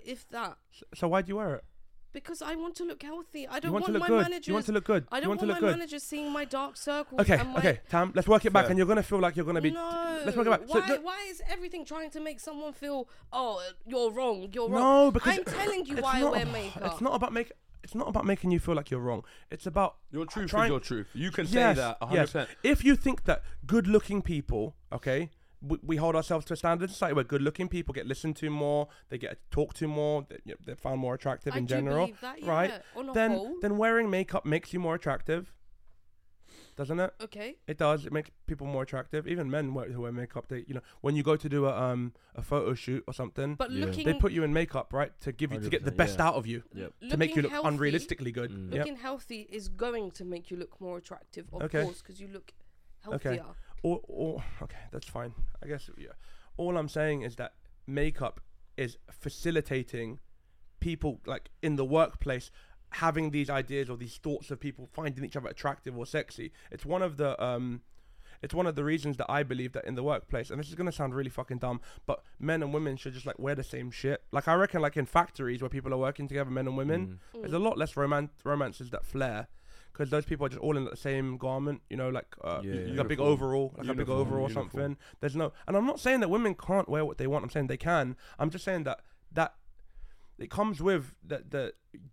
A: If that,
D: So why do you wear it?
A: because I want to look healthy. I
D: You
A: don't
D: want, to look
A: my
D: good.
A: managers.
D: You want to look good.
A: I
D: you
A: don't want,
D: want, to
A: my
D: look good.
A: managers seeing my dark circles.
D: Okay,
A: and my,
D: okay, Tam, let's work it back,
C: Fair.
D: and you're gonna feel like you're gonna be.
A: No.
D: Let's work it back. So
A: Why,
D: ju-
A: why is everything trying to make someone feel, oh, you're wrong, you're wrong?
D: no, because
A: I'm telling you
D: it's
A: why I
D: not
A: wear
D: about-
A: makeup.
D: It's not about make. It's not about making you feel like you're wrong. It's about
C: Your truth
D: trying-
C: is your truth. You can say
D: Yes,
C: that 100%.
D: yes. If you think that good-looking people, okay, we, we hold ourselves to a standard in society where good-looking people get listened to more, they get talked to more, they, you know, they're found more attractive
A: I
D: in
A: do
D: general,
A: believe that,
D: right?
A: yeah, on a
D: Then,
A: whole.
D: then wearing makeup makes you more attractive, doesn't it?
A: okay.
D: It does. It makes people more attractive. Even men wear, who wear makeup, they you know when you go to do a um a photo shoot or something,
A: But
B: Yeah.
A: looking,
D: they put you in makeup, right, to give you to get the
B: 100%,
D: best
B: yeah.
D: out of you,
B: Yep.
A: looking
D: to make you look
A: healthy,
D: unrealistically good.
B: Mm.
D: Yeah.
A: Looking healthy is going to make you look more attractive, of
D: Okay.
A: course, because you look healthier.
D: Or or okay, that's fine. I guess yeah. All I'm saying is that makeup is facilitating people like in the workplace having these ideas or these thoughts of people finding each other attractive or sexy. It's one of the um it's one of the reasons that I believe that in the workplace, and this is gonna sound really fucking dumb, but men and women should just like wear the same shit. Like I reckon, like in factories where people are working together, men and women,
B: Mm.
D: there's a lot less roman- romances that flare because those people are just all in the same garment, you know, like uh,
B: Yeah,
D: you-
B: yeah.
D: you got a big
C: Uniform.
D: overall, like a big
C: Uniform,
D: overall or
C: uniform.
D: something. There's no, and I'm not saying that women can't wear what they want. I'm saying they can. I'm just saying that that it comes with the the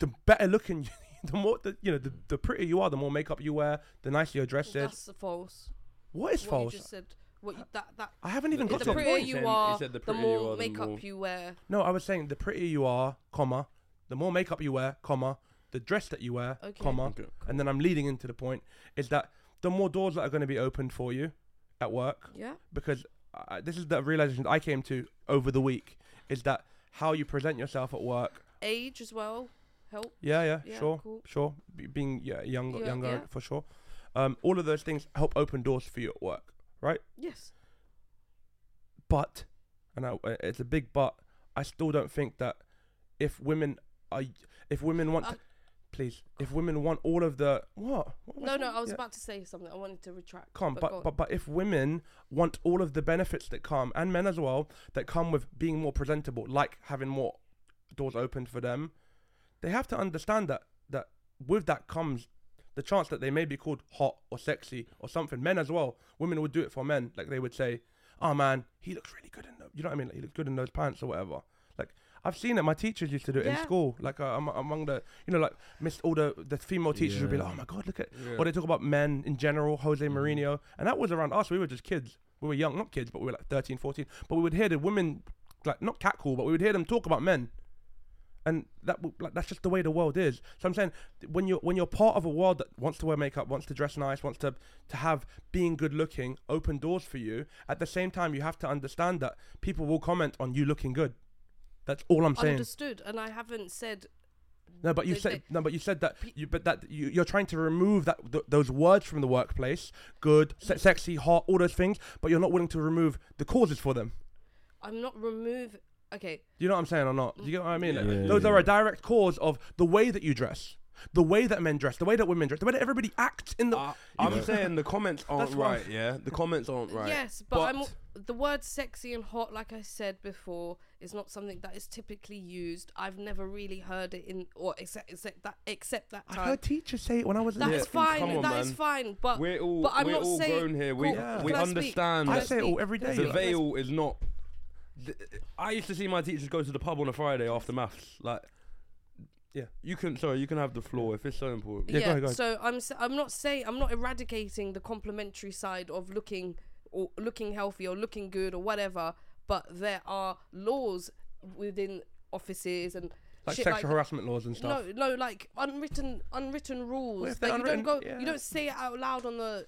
D: the better looking, the more the you know the, the prettier you are, the more makeup you wear, the nicer your dress is.
A: That's false.
D: What is
A: what
D: false?
A: you just said. What you, that that
D: I haven't even
C: The-
D: got
A: the
D: to a
A: prettier
D: point.
C: He
A: you
C: said- he
A: are,
C: said the
A: the
C: prettier you
A: more
C: are, the
A: makeup
C: more-
A: you wear.
D: No, I was saying the prettier you are, comma, the more makeup you wear, comma, the dress that you wear,
A: Okay.
D: comma,
C: Okay.
D: and then I'm leading into the point is that the more doors that are going to be opened for you at work
A: Yeah.
D: because uh, this is the realization I came to over the week is that how you present yourself at work.
A: Age as well help.
D: Yeah, yeah,
A: Yeah,
D: sure,
A: cool.
D: sure. Be- being yeah, younger,
A: Yeah,
D: younger
A: yeah.
D: for sure. Um, all of those things help open doors for you at work.
A: Yes.
D: but and I, uh, it's a big but i still don't think that if women are if women want to,
A: Uh,
D: please if women want all of the what, What am
A: No, no.
D: saying?
A: I was
D: Yeah.
A: about to say something. I wanted to retract.
D: come
A: but
D: but,
A: go on.
D: but but if women want all of the benefits that come and men as well that come with being more presentable like having more doors open for them they have to understand that that with that comes the chance that they may be called hot or sexy or something men as well women would do it for men like they would say oh man he looks really good in the you know what i mean like, he looks good in those pants or whatever like I've seen it. My teachers used to do it in
A: Yeah.
D: school. Like uh, am- among the, you know, like missed all the the female teachers would be
B: Yeah.
D: like, "Oh my god, look at
C: Yeah.
D: or they talk about men in general, Jose
B: Mhm.
D: Mourinho. And that was around us. We were just kids. We were young, not kids, but we were like 13, 14. But we would hear the women, like, not catcall, but we would hear them talk about men. And that w- like, that's just the way the world is. So I'm saying th- when you're when you're part of a world that wants to wear makeup, wants to dress nice, wants to to have being good looking open doors for you. At the same time, you have to understand that people will comment on you looking good. That's all I'm saying.
A: Understood. And I haven't said
D: No, but you
A: They-
D: said
A: they-
D: no, but you said that you but that you, you're trying to remove that th- those words from the workplace. Good, se- sexy, hot, all those things, but you're not willing to remove the causes for them.
A: I'm not remove. Okay,
D: Do you know what I'm saying or not? Do you get what I mean?
C: Yeah,
D: Like,
B: yeah,
D: those
B: yeah.
D: are a direct cause of the way that you dress, the way that men dress, the way that women dress, the way that everybody acts in the.
A: Uh,
C: I, I'm
D: Yeah.
C: saying the comments aren't
D: That's what I'm-
C: right. Yeah, the comments aren't right.
A: yes, but, I'm the word sexy and hot, like I said before, is not something that is typically used. I've never really heard it in or except except that except that
D: I
A: time.
D: heard teachers say it when I was. in
A: That
C: Yeah,
A: is
D: little.
A: fine. That
C: come
A: is
C: on, man.
A: fine. But
C: We're all
A: but I'm
C: we're
A: not
C: all
A: saying,
C: grown here. We
A: Cool,
D: Yeah.
C: we
A: can I speak?
C: understand
A: Can
D: I
C: that
D: say it all every
A: Can I
D: day.
C: the
A: speak?
C: veil is not. th- I used to see my teachers go to the pub on a Friday after maths. Like,
D: Yeah.
C: you can. Sorry, you can have the floor if it's so important.
D: Yeah, go
A: yeah,
D: ahead, go ahead.
A: so I'm s- I'm not saying I'm not eradicating the complimentary side of looking or looking healthy or looking good or whatever, but there are laws within offices and
D: like
A: shit
D: sexual
A: like
D: harassment laws and stuff.
A: No, no, like unwritten unwritten rules
D: Well, if
A: that
D: they're
A: you don't go
D: unwritten, yeah.
A: you don't say it out loud on the,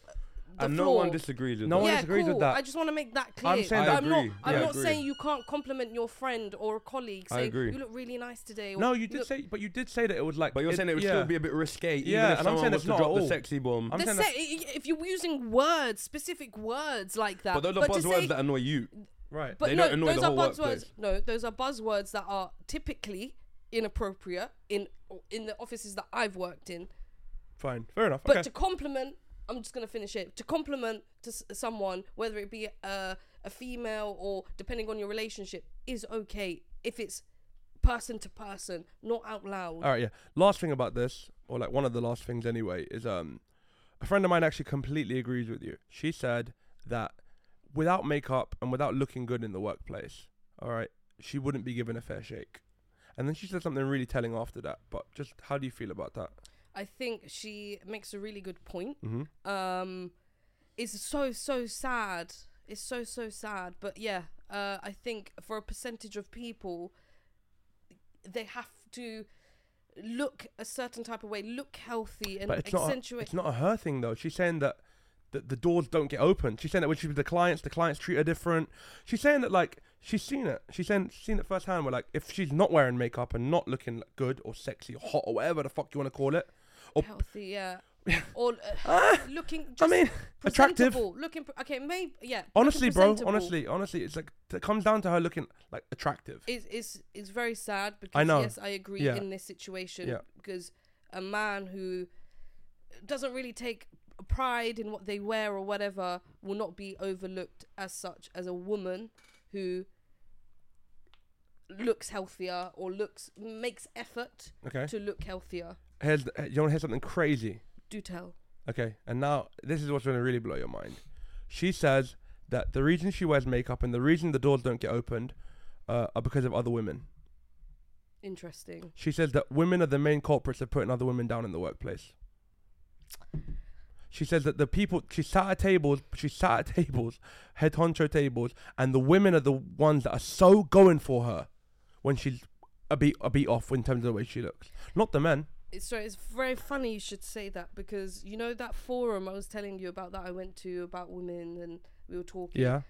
A: the
C: And
A: floor.
C: no one disagrees with
D: No
C: that.
D: one
A: yeah,
D: disagrees
A: cool.
D: with that.
A: I just want to make that clear.
D: I'm saying
C: I
A: I'm not.
C: agree.
A: I'm
C: Yeah, I
A: not
C: agree.
A: saying you can't compliment your friend or a colleague.
C: I
A: Say
C: agree.
A: you look really nice today. Or,
D: No, you did
A: look,
D: say, but you did say that it was like.
C: But you're saying it would
D: yeah.
C: still be a bit risque. Even
D: Yeah,
C: if
D: and I'm
C: someone
D: saying
C: was
D: it's
C: to
D: not
C: drop
D: at
C: the
D: all.
C: sexy bomb.
D: I'm
A: The
D: saying that-
A: se- i- i- if you're using words, specific words like that.
C: but those are
A: to
C: buzzwords
A: say-
C: that annoy you.
D: right.
A: But
C: They
A: no,
C: don't annoy
A: those
C: the
A: are
C: whole
A: buzzwords.
C: workplace.
A: No, those are buzzwords that are typically inappropriate in in the offices that I've worked in.
D: Fine. Fair enough.
A: But
D: okay.
A: to compliment, I'm just gonna finish it. To compliment to s- someone, whether it be a a female or depending on your relationship, is okay if it's person to person, not out loud.
D: All right, yeah. Last thing about this, or like one of the last things anyway, is um, a friend of mine actually completely agrees with you. She said that without makeup and without looking good in the workplace, all right, she wouldn't be given a fair shake. And then she said something really telling after that. But just how do you feel about that?
A: I think she makes a really good point.
D: Mm-hmm.
A: um it's so so sad it's so so sad but yeah uh i think for a percentage of people they have to look a certain type of way look healthy and
D: But it's not. A,
A: accentuate
D: it's not a her thing though. She's saying that. The, the doors don't get open. She's saying that when she's with the clients, the clients treat her different. She's saying that like she's seen it. She's saying seen it firsthand. Where like if she's not wearing makeup and not looking like, good or sexy or hot or whatever the fuck you want to call it, up.
A: healthy yeah or uh,
D: Ah,
A: looking just
D: I mean, attractive.
A: presentable, looking pre- okay maybe yeah looking
D: Honestly, bro.
A: presentable
D: Honestly, honestly, it's like it comes down to her looking like attractive.
A: is is is very sad because
D: know.
A: yes, I agree
D: Yeah.
A: in this situation
D: Yeah.
A: because a man who doesn't really take pride in what they wear or whatever will not be overlooked as such as a woman who looks healthier or looks makes effort
D: Okay.
A: to look healthier.
D: Here's the, you want to hear something crazy?
A: Do tell.
D: Okay. And now this is what's going to really blow your mind. She says that the reason she wears makeup and the reason the doors don't get opened uh, are because of other women.
A: Interesting.
D: She says that women are the main culprits of putting other women down in the workplace. She says that the people she sat at tables, she sat at tables, head honcho tables, and the women are the ones that are so going for her when she's a beat a beat off in terms of the way she looks. Not the men.
A: It's so it's very funny you should say that because you know that forum I was telling you about that I went to about women and we were talking
D: Yeah.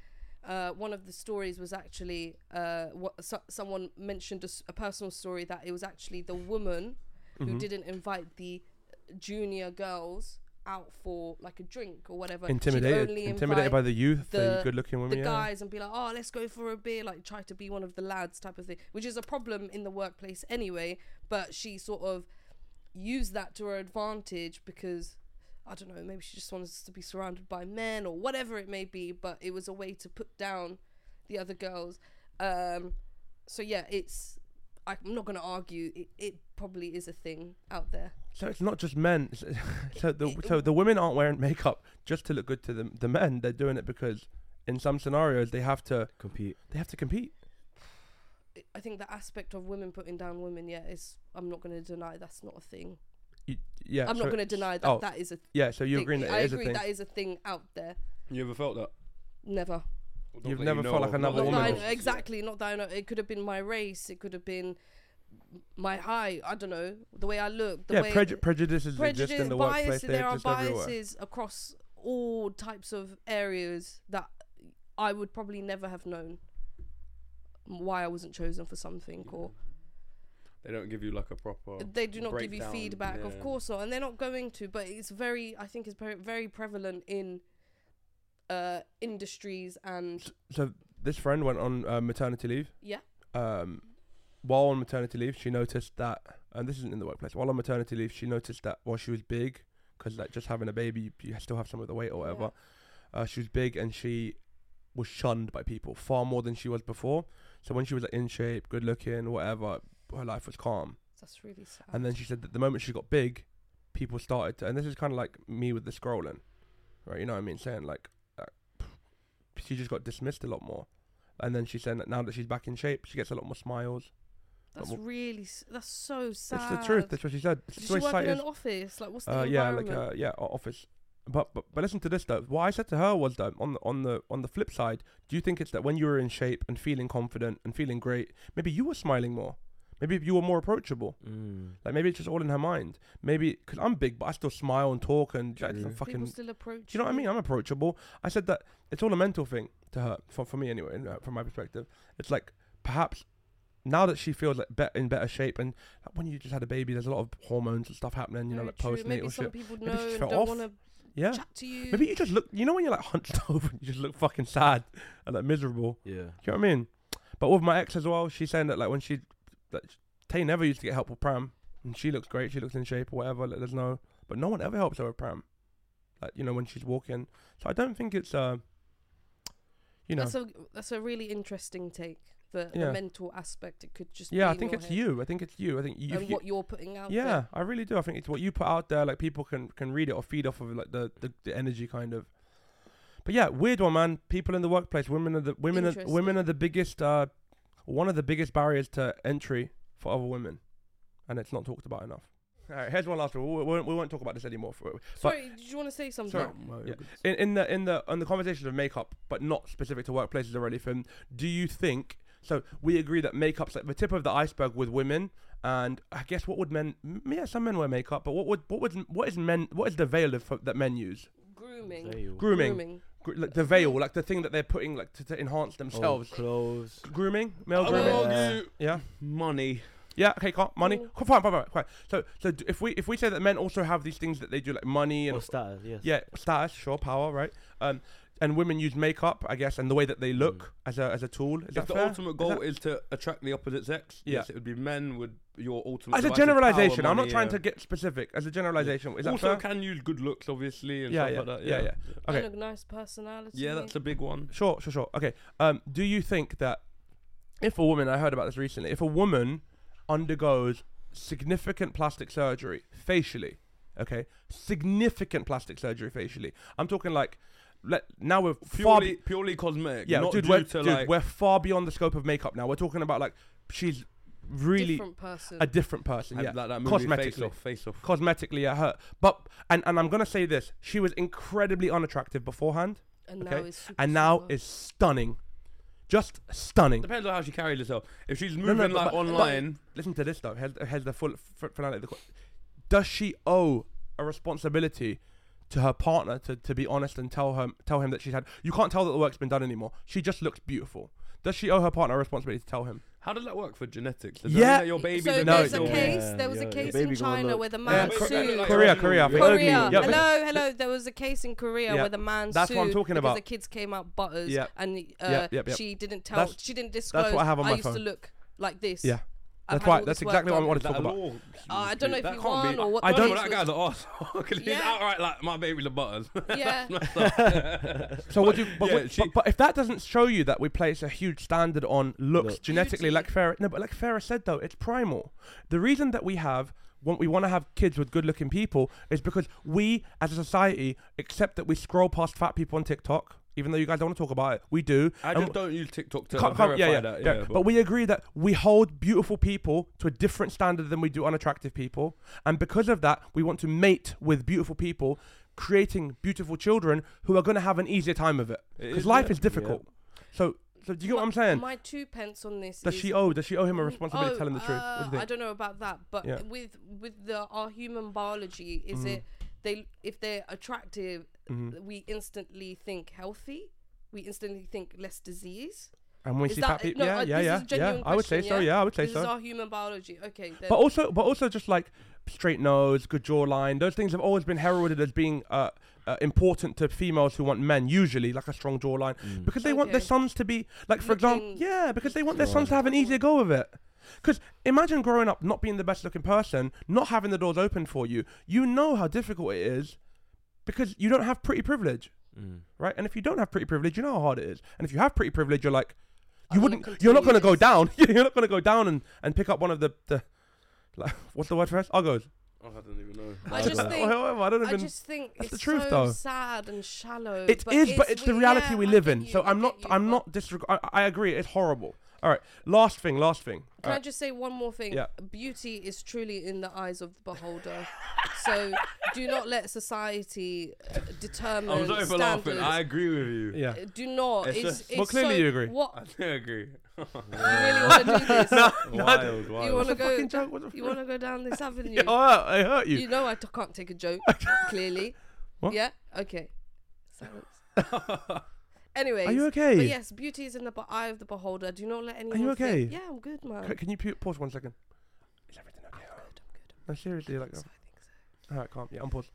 A: uh, one of the stories was actually uh, what so, someone mentioned a, s- a personal story that it was actually the woman
D: Mm-hmm.
A: who didn't invite the junior girls out for like a drink or whatever. She'd
D: Intimidated.
A: only
D: Intimidated by
A: invite
D: the youth, the,
A: the-
D: good looking women.
A: the
D: yeah.
A: guys and be like, oh, let's go for a beer, like try to be one of the lads type of thing, which is a problem in the workplace anyway. But she sort of used that to her advantage because. I don't know, maybe she just wants to be surrounded by men or whatever it may be, but it was a way to put down the other girls. Um, so, yeah, it's. I'm not going to argue. It, it probably is a thing out there.
D: So it's not just men. So, so the so the women aren't wearing makeup just to look good to the the men. They're doing it because in some scenarios they have to
B: compete.
D: they have to compete.
A: I- I think the aspect of women putting down women, yeah, is. I'm not going to deny that's not a thing.
D: You- yeah.
A: I'm not
D: so
A: going to
D: it's-
A: deny that
D: oh,
A: that is a
D: Yeah, so you
A: thing.
D: agree that
A: I
D: it is a
A: agree
D: thing.
A: that is a thing out there.
C: You ever felt that?
A: Never.
C: Not
D: You've
C: that you
D: never
C: know
D: felt
C: of.
D: like
C: Not
D: another
A: Not
C: that you
A: that I
D: woman.
C: know
A: know,
C: of.
A: exactly. Not that I know. It could have been my race. It could have been my height. I don't know. The way I look. The
D: yeah,
A: way
D: preju- prejudices exist
A: prejudice,
D: in the
A: bias.
D: workplace. They
A: There are
D: exist everywhere.
A: biases across all types of areas that I would probably never have known why I wasn't chosen for something or
C: They don't give you like a proper.
A: they do not give you
C: breakdown,
A: feedback of
C: yeah.
A: course not and they're not going to but it's very i think it's pre- very prevalent in uh industries and
D: So this friend went on uh, maternity leave.
A: yeah
D: um, while on maternity leave, she noticed that, and this isn't in the workplace. While on maternity leave, she noticed that while she was big, because like just having a baby, you, you still have some of the weight or whatever. Uh, she was big, and she was shunned by people far more than she was before. So when she was like, in shape, good looking, whatever, her life was calm.
A: that's really sad
D: And then she said that the moment she got big, people started to, and this is kind of like me with the scrolling, right? You know what I mean? Saying like, uh, she just got dismissed a lot more. And then she said that now that she's back in shape, she gets a lot more smiles.
A: that's
D: well,
A: really s- that's so sad
D: It's the truth. That's what she said. It's
A: Does
D: the way
A: she work in
D: society
A: an
D: is.
A: office like what's the
D: Uh, yeah, like
A: environment?
D: uh, yeah, o- office. But, but but listen to this though. What I said to her was though on the on the on the flip side, do you think it's that when you were in shape and feeling confident and feeling great, maybe you were smiling more, maybe you were more approachable.
B: Mm.
D: Like maybe it's just all in her mind. Maybe because I'm big, but I still smile and talk and like,
B: True.
D: some fucking.
A: people
D: Do
A: still approach
D: you know what I mean? I'm approachable. I said that it's all a mental thing to her, for, for me anyway, and, uh, from my perspective. It's like perhaps now that she feels like bet in better shape, and like, when you just had a baby, there's a lot of hormones and stuff happening. You know, like
A: Very true. maybe
D: postnatal
A: some
D: shit.
A: people
D: Maybe
A: know
D: she
A: and
D: felt
A: don't
D: off.
A: want to
D: Yeah.
A: chat to you
D: Maybe you just look. You know when you're like hunched over, and you just look fucking sad and like miserable.
B: Yeah.
D: Do you know what I mean? But with my ex as well, she's saying that like when she, that Tay never used to get help with pram, and she looks great, she looks in shape or whatever. Like, there's no, but no one ever helps her with pram, like you know when she's walking. So I don't think it's uh, you know,
A: that's a that's a really interesting take the,
D: Yeah.
A: the mental aspect it could just
D: yeah. I
A: be in
D: think
A: your
D: it's
A: head
D: you. I think it's you. I think you. if
A: and
D: you
A: what you're putting out
D: yeah,
A: there.
D: I really do. I think it's what you put out there. Like people can can read it or feed off of like the the, the energy kind of. But yeah, weird one, man. People in the workplace, women are the women are,
A: Interesting.
D: women are the biggest uh, one of the biggest barriers to entry for other women, and it's not talked about enough. All right, here's one last one. We, we, won't- we won't talk about this anymore. For, but
A: sorry did you want to say something
D: Sorry. Yeah. in, in the in the on the conversation of makeup, but not specific to workplaces or anything. Do you think? So we agree that makeup's like the tip of the iceberg with women, and I guess what would men? m- Yeah, some men wear makeup, but what would what would what is men? What is the veil of, that men use?
A: grooming
B: Veil.
D: Grooming, Gr- like the veil, like the thing that they're putting like to, to enhance
B: Oh,
D: themselves.
B: clothes.
D: Grooming, male
C: I would
D: grooming.
B: Yeah.
C: argue
D: Yeah,
C: money.
D: yeah. Okay, can't money.
A: Mm.
D: Cool, Fine, fine, fine, fine. So, so d- if we if we say that men also have these things that they do, like money and
B: Or status, yes.
D: yeah, status, sure, power, right? Um, and women use makeup, I guess, and the way that they look as a as a tool. Is
C: if
D: that
C: Mm. the
D: fair?
C: ultimate
D: Is
C: goal
D: that-
C: is to attract the opposite sex,
D: Yeah.
C: yes, it would be men with your ultimate.
D: as a
C: device is
D: generalization,
C: power,
D: I'm not
C: money,
D: trying
C: yeah.
D: to get specific. As a generalization, is that
C: also
D: fair?
C: can use good looks, obviously, and
D: Yeah,
C: stuff
D: yeah,
C: like that.
D: yeah,
C: Yeah,
D: yeah.
A: Okay.
D: Okay.
A: a nice personality.
C: Yeah, that's a big one.
D: Sure, sure, sure. Okay. Um, do you think that if a woman, I heard about this recently, if a woman undergoes significant plastic surgery facially, okay, significant plastic surgery facially, I'm talking like, let now we're far
C: Purely, purely cosmetic.
D: yeah,
C: not
D: dude,
C: due
D: we're,
C: to
D: dude,
C: like.
D: we're far beyond the scope of makeup now. We're talking about like she's really
A: different person.
D: a different person. Yeah,
C: like that movie,
D: cosmetically,
C: Face off, face off.
D: cosmetically, yeah, her. But and and I'm gonna say this: she was incredibly unattractive beforehand,
A: and now
D: okay,
A: is super
D: and now
A: super.
D: is stunning, just stunning.
C: Depends on how she carries herself. If she's
D: no,
C: moving
D: but-
C: like
D: but-
C: online,
D: Listen to this though. Here's, here's the full f- finale. Of the qu- Does she owe a responsibility? To her partner to, to be honest and tell her tell him that she's had you can't tell that the work's been done anymore. She just looks beautiful. Does she owe her partner a responsibility to tell him?
C: how does that work for genetics? Does
D: Yeah.
C: that mean that your baby's
A: so
C: a
D: no,
A: there's a
C: dinosaur?
B: yeah,
A: case. there was
B: yeah,
A: a
B: yeah.
A: case in
B: Baby gonna
A: China
B: look-
A: where the
D: Yeah,
A: man
D: Cor-
A: sued.
D: Korea, Korea, Korea,
B: You're
A: Korea.
B: ugly.
D: Yeah, but-
A: Hello, hello. There was a case in Korea
D: Yeah.
A: where the man
D: That's
A: sued
D: what I'm talking
A: because
D: about.
A: the kids came out butters
D: Yeah.
A: and uh,
D: Yep, yep, yep.
A: she didn't tell.
D: That's-
A: she didn't disclose.
D: what I have on my
A: used to
D: phone.
A: look like this.
D: Yeah.
A: I've
D: That's
A: had
D: why-
A: all
D: that's
A: this work
D: exactly what I
A: done."
D: wanted
C: Is
D: to talk
C: that a
D: about.
C: law?
A: Uh, I don't know if
C: That
A: he
C: can't
A: won
C: be-
A: or what.
D: I
A: the
D: don't-
C: Well,
A: case
C: that
A: was.
C: guy's an arsehole. 'cause He's
A: Yeah. Uh,
C: outright like, my baby's a butters.
A: Yeah.
D: So what do you, but,
C: Yeah,
D: what-
C: she-
D: but, but if that doesn't show you that we place a huge standard on looks
B: Look.
D: genetically,
A: Beauty.
D: like Farah, no, but like Farah said though, it's primal. The reason that we have want we want to have kids with good-looking people is because we, as a society, accept that we scroll past fat people on TikTok, even though you guys don't want to talk about it. We do.
C: I
D: And
C: just
D: w-
C: don't use TikTok to
D: can't-
C: verify
D: can't- yeah, yeah,
C: that.
D: yeah.
C: Yeah,
D: But we agree that we hold beautiful people to a different standard than we do unattractive people, and because of that, we want to mate with beautiful people, creating beautiful children who are going to have an easier time of it
C: It
D: because
C: is,
D: life
C: yeah.
D: is difficult. So, so do you get what I'm
A: My-
D: saying?
A: My two pence on this.
D: does
A: is
D: she owe? Does she owe him a
A: Mm,
D: responsibility
A: oh,
D: to tell him the truth? What
A: uh,
D: do you
A: I
D: think?
A: don't know about that, but
D: Yeah.
A: with with the our human biology, is
D: Mhm.
A: it they if they're attractive,
D: Mhm.
A: we instantly think healthy, we instantly think less disease.
D: And when
A: Is
D: she
A: that-
D: fat people,
A: no,
D: yeah,
A: uh,
D: yeah,
A: this
D: yeah,
A: is a
D: yeah.
A: genuine
D: I would say
A: question,
D: so.
A: yeah?
D: Yeah, I would say
A: This is
D: so.
A: our human biology. Okay. Then.
D: But also, but also, just like straight nose, good jawline, those things have always been heralded as being uh, uh, important to females who want men. Usually, like a strong jawline,
B: Mm.
D: because they want their
A: Okay.
D: sons to be like, for example,
A: Looking-
D: yeah, because they want their
B: Right.
D: sons to have an easier go of it. Because imagine growing up not being the best looking person, not having the doors open for you. You know how difficult it is because you don't have pretty privilege
B: Mm.
D: right? And if you don't have pretty privilege, you know how hard it is. And if you have pretty privilege, you're like, you
A: I'm gonna
D: wouldn't, you're not going
A: continue
D: to go
A: this.
D: down. you're not going to go down and, and pick up one of the, the like, what's the word for us? Argos.
C: I don't even know.
A: I just
D: Or
A: think-
D: however, I don't
A: I
D: even.
A: just think it's
D: that's the truth,
A: so
D: though.
A: sad and shallow.
D: It is, but it's the
A: we-
D: reality
A: yeah,
D: we
A: I
D: live
A: get
D: in.
A: you,
D: so
A: I
D: I'm
A: get
D: not,
A: you,
D: I'm
A: but-
D: not disregard. I, I agree. It's horrible. All right. Last thing. Last thing.
A: Can I
D: All
A: just say one more thing?
D: uh, Yeah.
A: Beauty is truly in the eyes of the beholder. so do not let society uh, determine
C: I was over
A: standards.
C: laughing. I agree with you.
D: right. Yeah.
A: Uh, Do not.
C: It's
A: It's,
C: just-
A: it's
D: Well, clearly
A: so-
D: you agree.
A: What
C: I agree.
A: you really want to do this?
C: wild,
A: You
C: wild.
A: want
D: It's
A: to
D: a
A: go?
D: fucking joke. What the
A: You
D: fr-
A: want to go down this avenue?
D: Yeah, I hurt- I hurt you.
A: You know I t- can't take a joke, clearly.
D: What?
A: Yeah? Okay. Silence. Anyways.
D: Are you okay?
A: But yes, beauty is in the be- eye of the beholder. Do not let anyone think-
D: okay?
A: yeah, I'm good, man.
D: C- Can you pu- pause one second? Is everything
A: I'm
D: okay?
A: good, I'm
D: No, seriously. Like,
A: good. So I think so.
D: All right, calm. Yeah, I'm paused.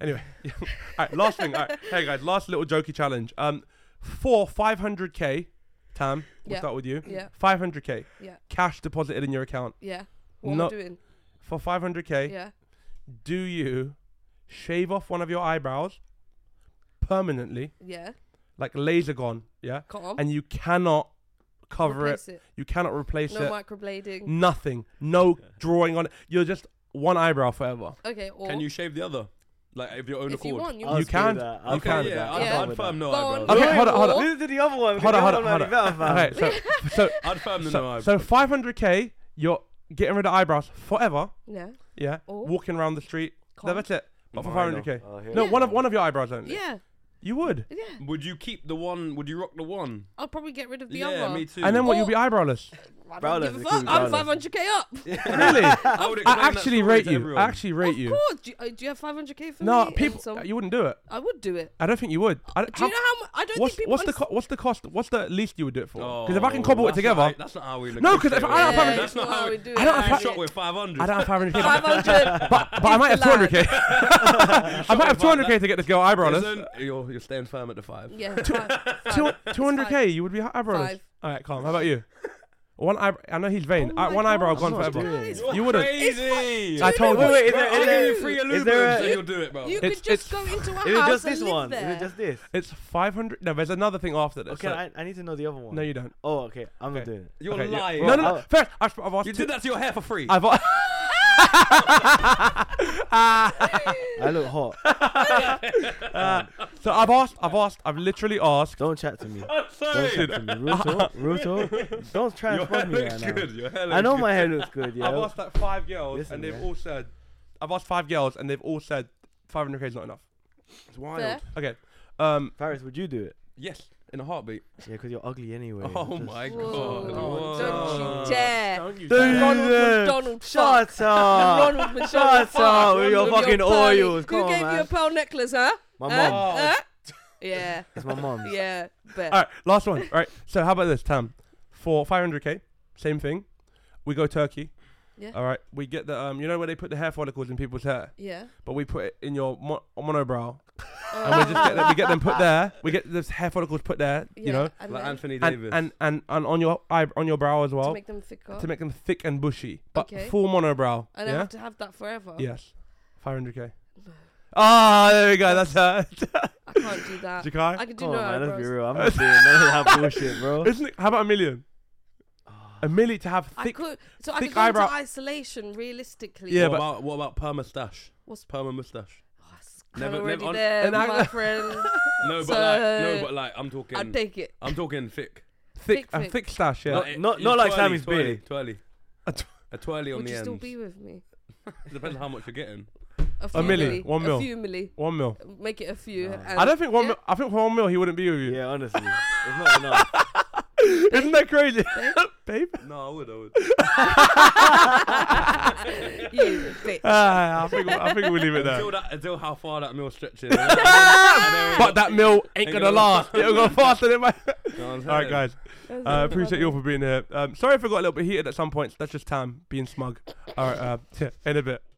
D: Anyway, yeah. all right. Last thing. All right, hey guys, last little jokey challenge. Um, for 500k, Tam, we'll
A: Yeah.
D: start with you.
A: Yeah.
D: 500k
A: Yeah.
D: cash deposited in your account.
A: Yeah. What am
D: No-
A: I doing?
D: For 500k,
A: Yeah.
D: do you shave off one of your eyebrows permanently,
A: Yeah.
D: like laser gone? Yeah.
A: Calm.
D: And you cannot cover it.
A: Replace it.
D: You cannot replace
A: No
D: it.
A: microblading.
D: Nothing. No drawing on it. You're just one eyebrow forever.
A: Okay. Or
C: Can you shave the other? Like if your own
A: if you
C: accord.
A: want, you
D: I'll
A: want.
D: You can.
B: I'll
D: You
B: go
C: Okay,
D: can.
B: with that.
C: Yeah,
B: I'll
A: Yeah.
B: go
C: I'd, I'd
B: with that.
C: firm no
A: Go on.
C: eyebrows.
D: Okay, hold on, hold on.
A: Or-
B: Neither did the other one.
D: Hold
B: the
D: on, hold
B: other
D: on,
B: one
D: hold
B: might be better,
D: Okay,
B: fam.
D: so so
C: I'd firm the no
D: So,
C: eyebrows.
D: so 500k, you're getting rid of eyebrows forever.
A: Yeah.
D: Yeah.
A: Or-
D: Walking around the street. No,
A: Oh. Can't.
D: that's it. But for
C: Minor.
D: 500k.
B: Oh, here
D: No,
B: we
D: one of
B: go.
D: one of your eyebrows only.
A: Yeah.
D: You would.
A: Yeah.
C: Would you keep the one? Would you rock the one?
A: I'll probably get rid of the
C: yeah,
A: other.
C: me too.
D: And then what? You'll
A: Or-
D: be eyebrowless.
A: I don't
B: Browlers,
A: give
B: it
A: a
B: could
A: fuck.
B: be
A: I'm
B: browlers.
A: 500k up.
D: really? I
C: I, would explain that
D: actually
C: story
D: rate
C: to
D: you.
C: everyone.
D: I actually rate
A: Of
D: you.
A: course. Do you, uh, do you have 500k for me?
D: No,
A: and
D: people.
A: some-
D: You wouldn't do it.
A: I would do it.
D: I don't think you would. I don't,
A: Do you know how much? I don't
D: what's
A: think people.
D: what's the
A: understand-
D: co- what's the cost? What's the least you would do it for? Because if I can
C: Oh,
D: cobble it
C: that's not
D: together,
C: how- that's not how we look.
D: No, 'cause if I
A: yeah,
D: don't have
A: that's not how we do it.
D: I don't have
C: I'm
D: five-
C: shot with 500.
D: I don't have 500k. but-
A: 500.
D: But, but I might have
A: It's the lad.
D: 200k. I might have
C: Shot with
D: 200k to get this girl eyebrowless.
C: Listen, you're, you're staying firm at the five.
A: Yeah. Five.
D: Two
A: five. It's
D: hundred
A: five.
D: k, you would be eyebrows.
A: Five.
D: All right, calm. How about you? One eyebrow. I know he's vain.
A: Oh
D: I-
A: my
D: one eyebrow
A: gosh,
D: gone
B: I'm not
D: forever.
B: doing it.
C: You're
D: You wouldn't.
C: Crazy.
D: I told
B: Wait,
D: you.
B: wait, is
A: Bro,
B: there,
A: I'll
B: is
C: I'll
A: there-
C: give you free
B: is there
C: illusions
B: a-
C: and you'll do it, bro.
A: You
D: It's-
A: could just
D: it's-
A: go into a house
B: Is it just
A: and
B: this
A: live
B: one? Is
A: there.
B: it just this?
D: It's five hundred. No, there's another thing after this.
B: Okay,
D: so-
B: I, I need to know the other one.
D: no, you don't.
B: Oh, okay. I'm not
D: Okay.
B: doing it.
C: You're
D: Okay, yeah.
C: lying.
D: No, no, no.
B: I'll-
D: First, I've, I've asked.
C: You
D: two-
C: did that to your hair for free.
D: I've. a-
B: I look hot.
D: so I've asked. I've asked. I've literally asked.
B: Don't chat to me.
C: I'm
B: Don't
C: sorry.
B: chat to me. Real talk. Real talk. Don't try
C: Your
B: and
C: hair
B: fuck me right
C: looks
B: now.
C: good. Your hair
B: I know
C: looks
B: my hair looks good,
D: I've
B: yeah.
D: asked like five girls,
B: Listen,
D: and they've
B: man.
D: all said. I've asked five girls, and they've all said five hundred k is not enough.
C: good. It's wild.
A: Fair.
D: Okay. Um.
B: Paris, would you do it?
C: Yes, in a heartbeat.
B: Yeah, because you're ugly anyway.
C: Oh
B: Just-
C: my
A: Whoa.
C: god.
B: Oh,
A: Don't
C: Whoa.
A: you dare.
B: Don't you
D: Don't you
B: dare.
A: Ronald
D: dare.
A: McDonald. fuck.
B: Shut up.
A: Ronald McDonald.
B: Shut
A: fuck.
B: up with your
A: Ronald
B: fucking
A: pearly-
B: oils. Come
A: Who
B: on,
A: gave you
B: man.
A: a pearl necklace, huh?
B: My
A: Huh?
B: mom.
D: Oh.
A: Huh? Yeah.
B: It's my mom.
A: Yeah. Bet.
D: All right. Last one. All right. So how about this, Tam? For five hundred k, same thing. We go Turkey.
A: Yeah.
D: All right. We get the um. You know where they put the hair follicles in people's hair.
A: Yeah.
D: but we put it in your mo- monobrow, and we just get them, we get them put there. We get the hair follicles put there, you
A: Yeah,
D: know,
A: and
C: Like
A: then
C: Anthony
D: and,
C: Davis.
D: and and and on your eye on your brow as
A: to
D: well
A: make them thicker.
D: to make them thick and bushy, but
A: Okay.
D: full monobrow.
A: and I
D: yeah.
A: have to have that forever.
D: Yes. Five hundred k. Ah, there we go. That's her.
A: I can't do that. I
D: Jakai.
A: can do
B: Come
A: no
B: on, man. Let's
A: eyebrows.
B: be real. I'm not doing none of that bullshit, bro.
D: Isn't it? How about a million? A million to have
A: I
D: thick.
A: could, so I
D: thick
A: could go
D: eyebrow-
A: into isolation realistically.
D: Yeah,
C: what
D: but-
C: about what about perma stash?
A: What's-
C: perma mustache?
A: Oh, it's kinda
C: Never- never
A: already
C: on-
A: there,
D: and I-
A: my friend.
C: No, but
A: So-
C: like no, but like I'm
A: I'll
C: talking.
A: take it.
C: I'm talking thick.
D: thick,
A: thick,
D: a
A: thick.
D: thick stash. Yeah.
B: Not-
C: it-
B: not-
C: it's
B: not like
C: twirly,
B: Sammy's
C: twirly,
B: beard.
C: Twirly.
D: A tw-
C: A twirly on
A: Would
C: the
A: you
C: end.
A: still be with me?
C: Depends on how much you're getting.
A: few
D: milli,
A: milli,
D: one
A: a
D: mil.
A: few milli.
D: one mil.
A: Make it a few.
B: No.
A: and-
D: I don't think one.
A: yeah.
D: Mil, I think for one mil he wouldn't be with you.
B: Yeah, honestly. It's not enough.
D: Isn't that crazy? babe.
C: No, I would. I would.
A: you bitch.
D: Ah, I think I think we'll leave it there.
C: Until, that, until how far that mill stretches. but
D: But that mill
C: Ain't
D: ain't gonna
C: gonna
D: last. It'll go faster than my.
C: All
D: All right, guys. I appreciate you all for being here. Um, sorry if I got a little bit heated at some points. That's just time being smug. All right, uh, in a bit.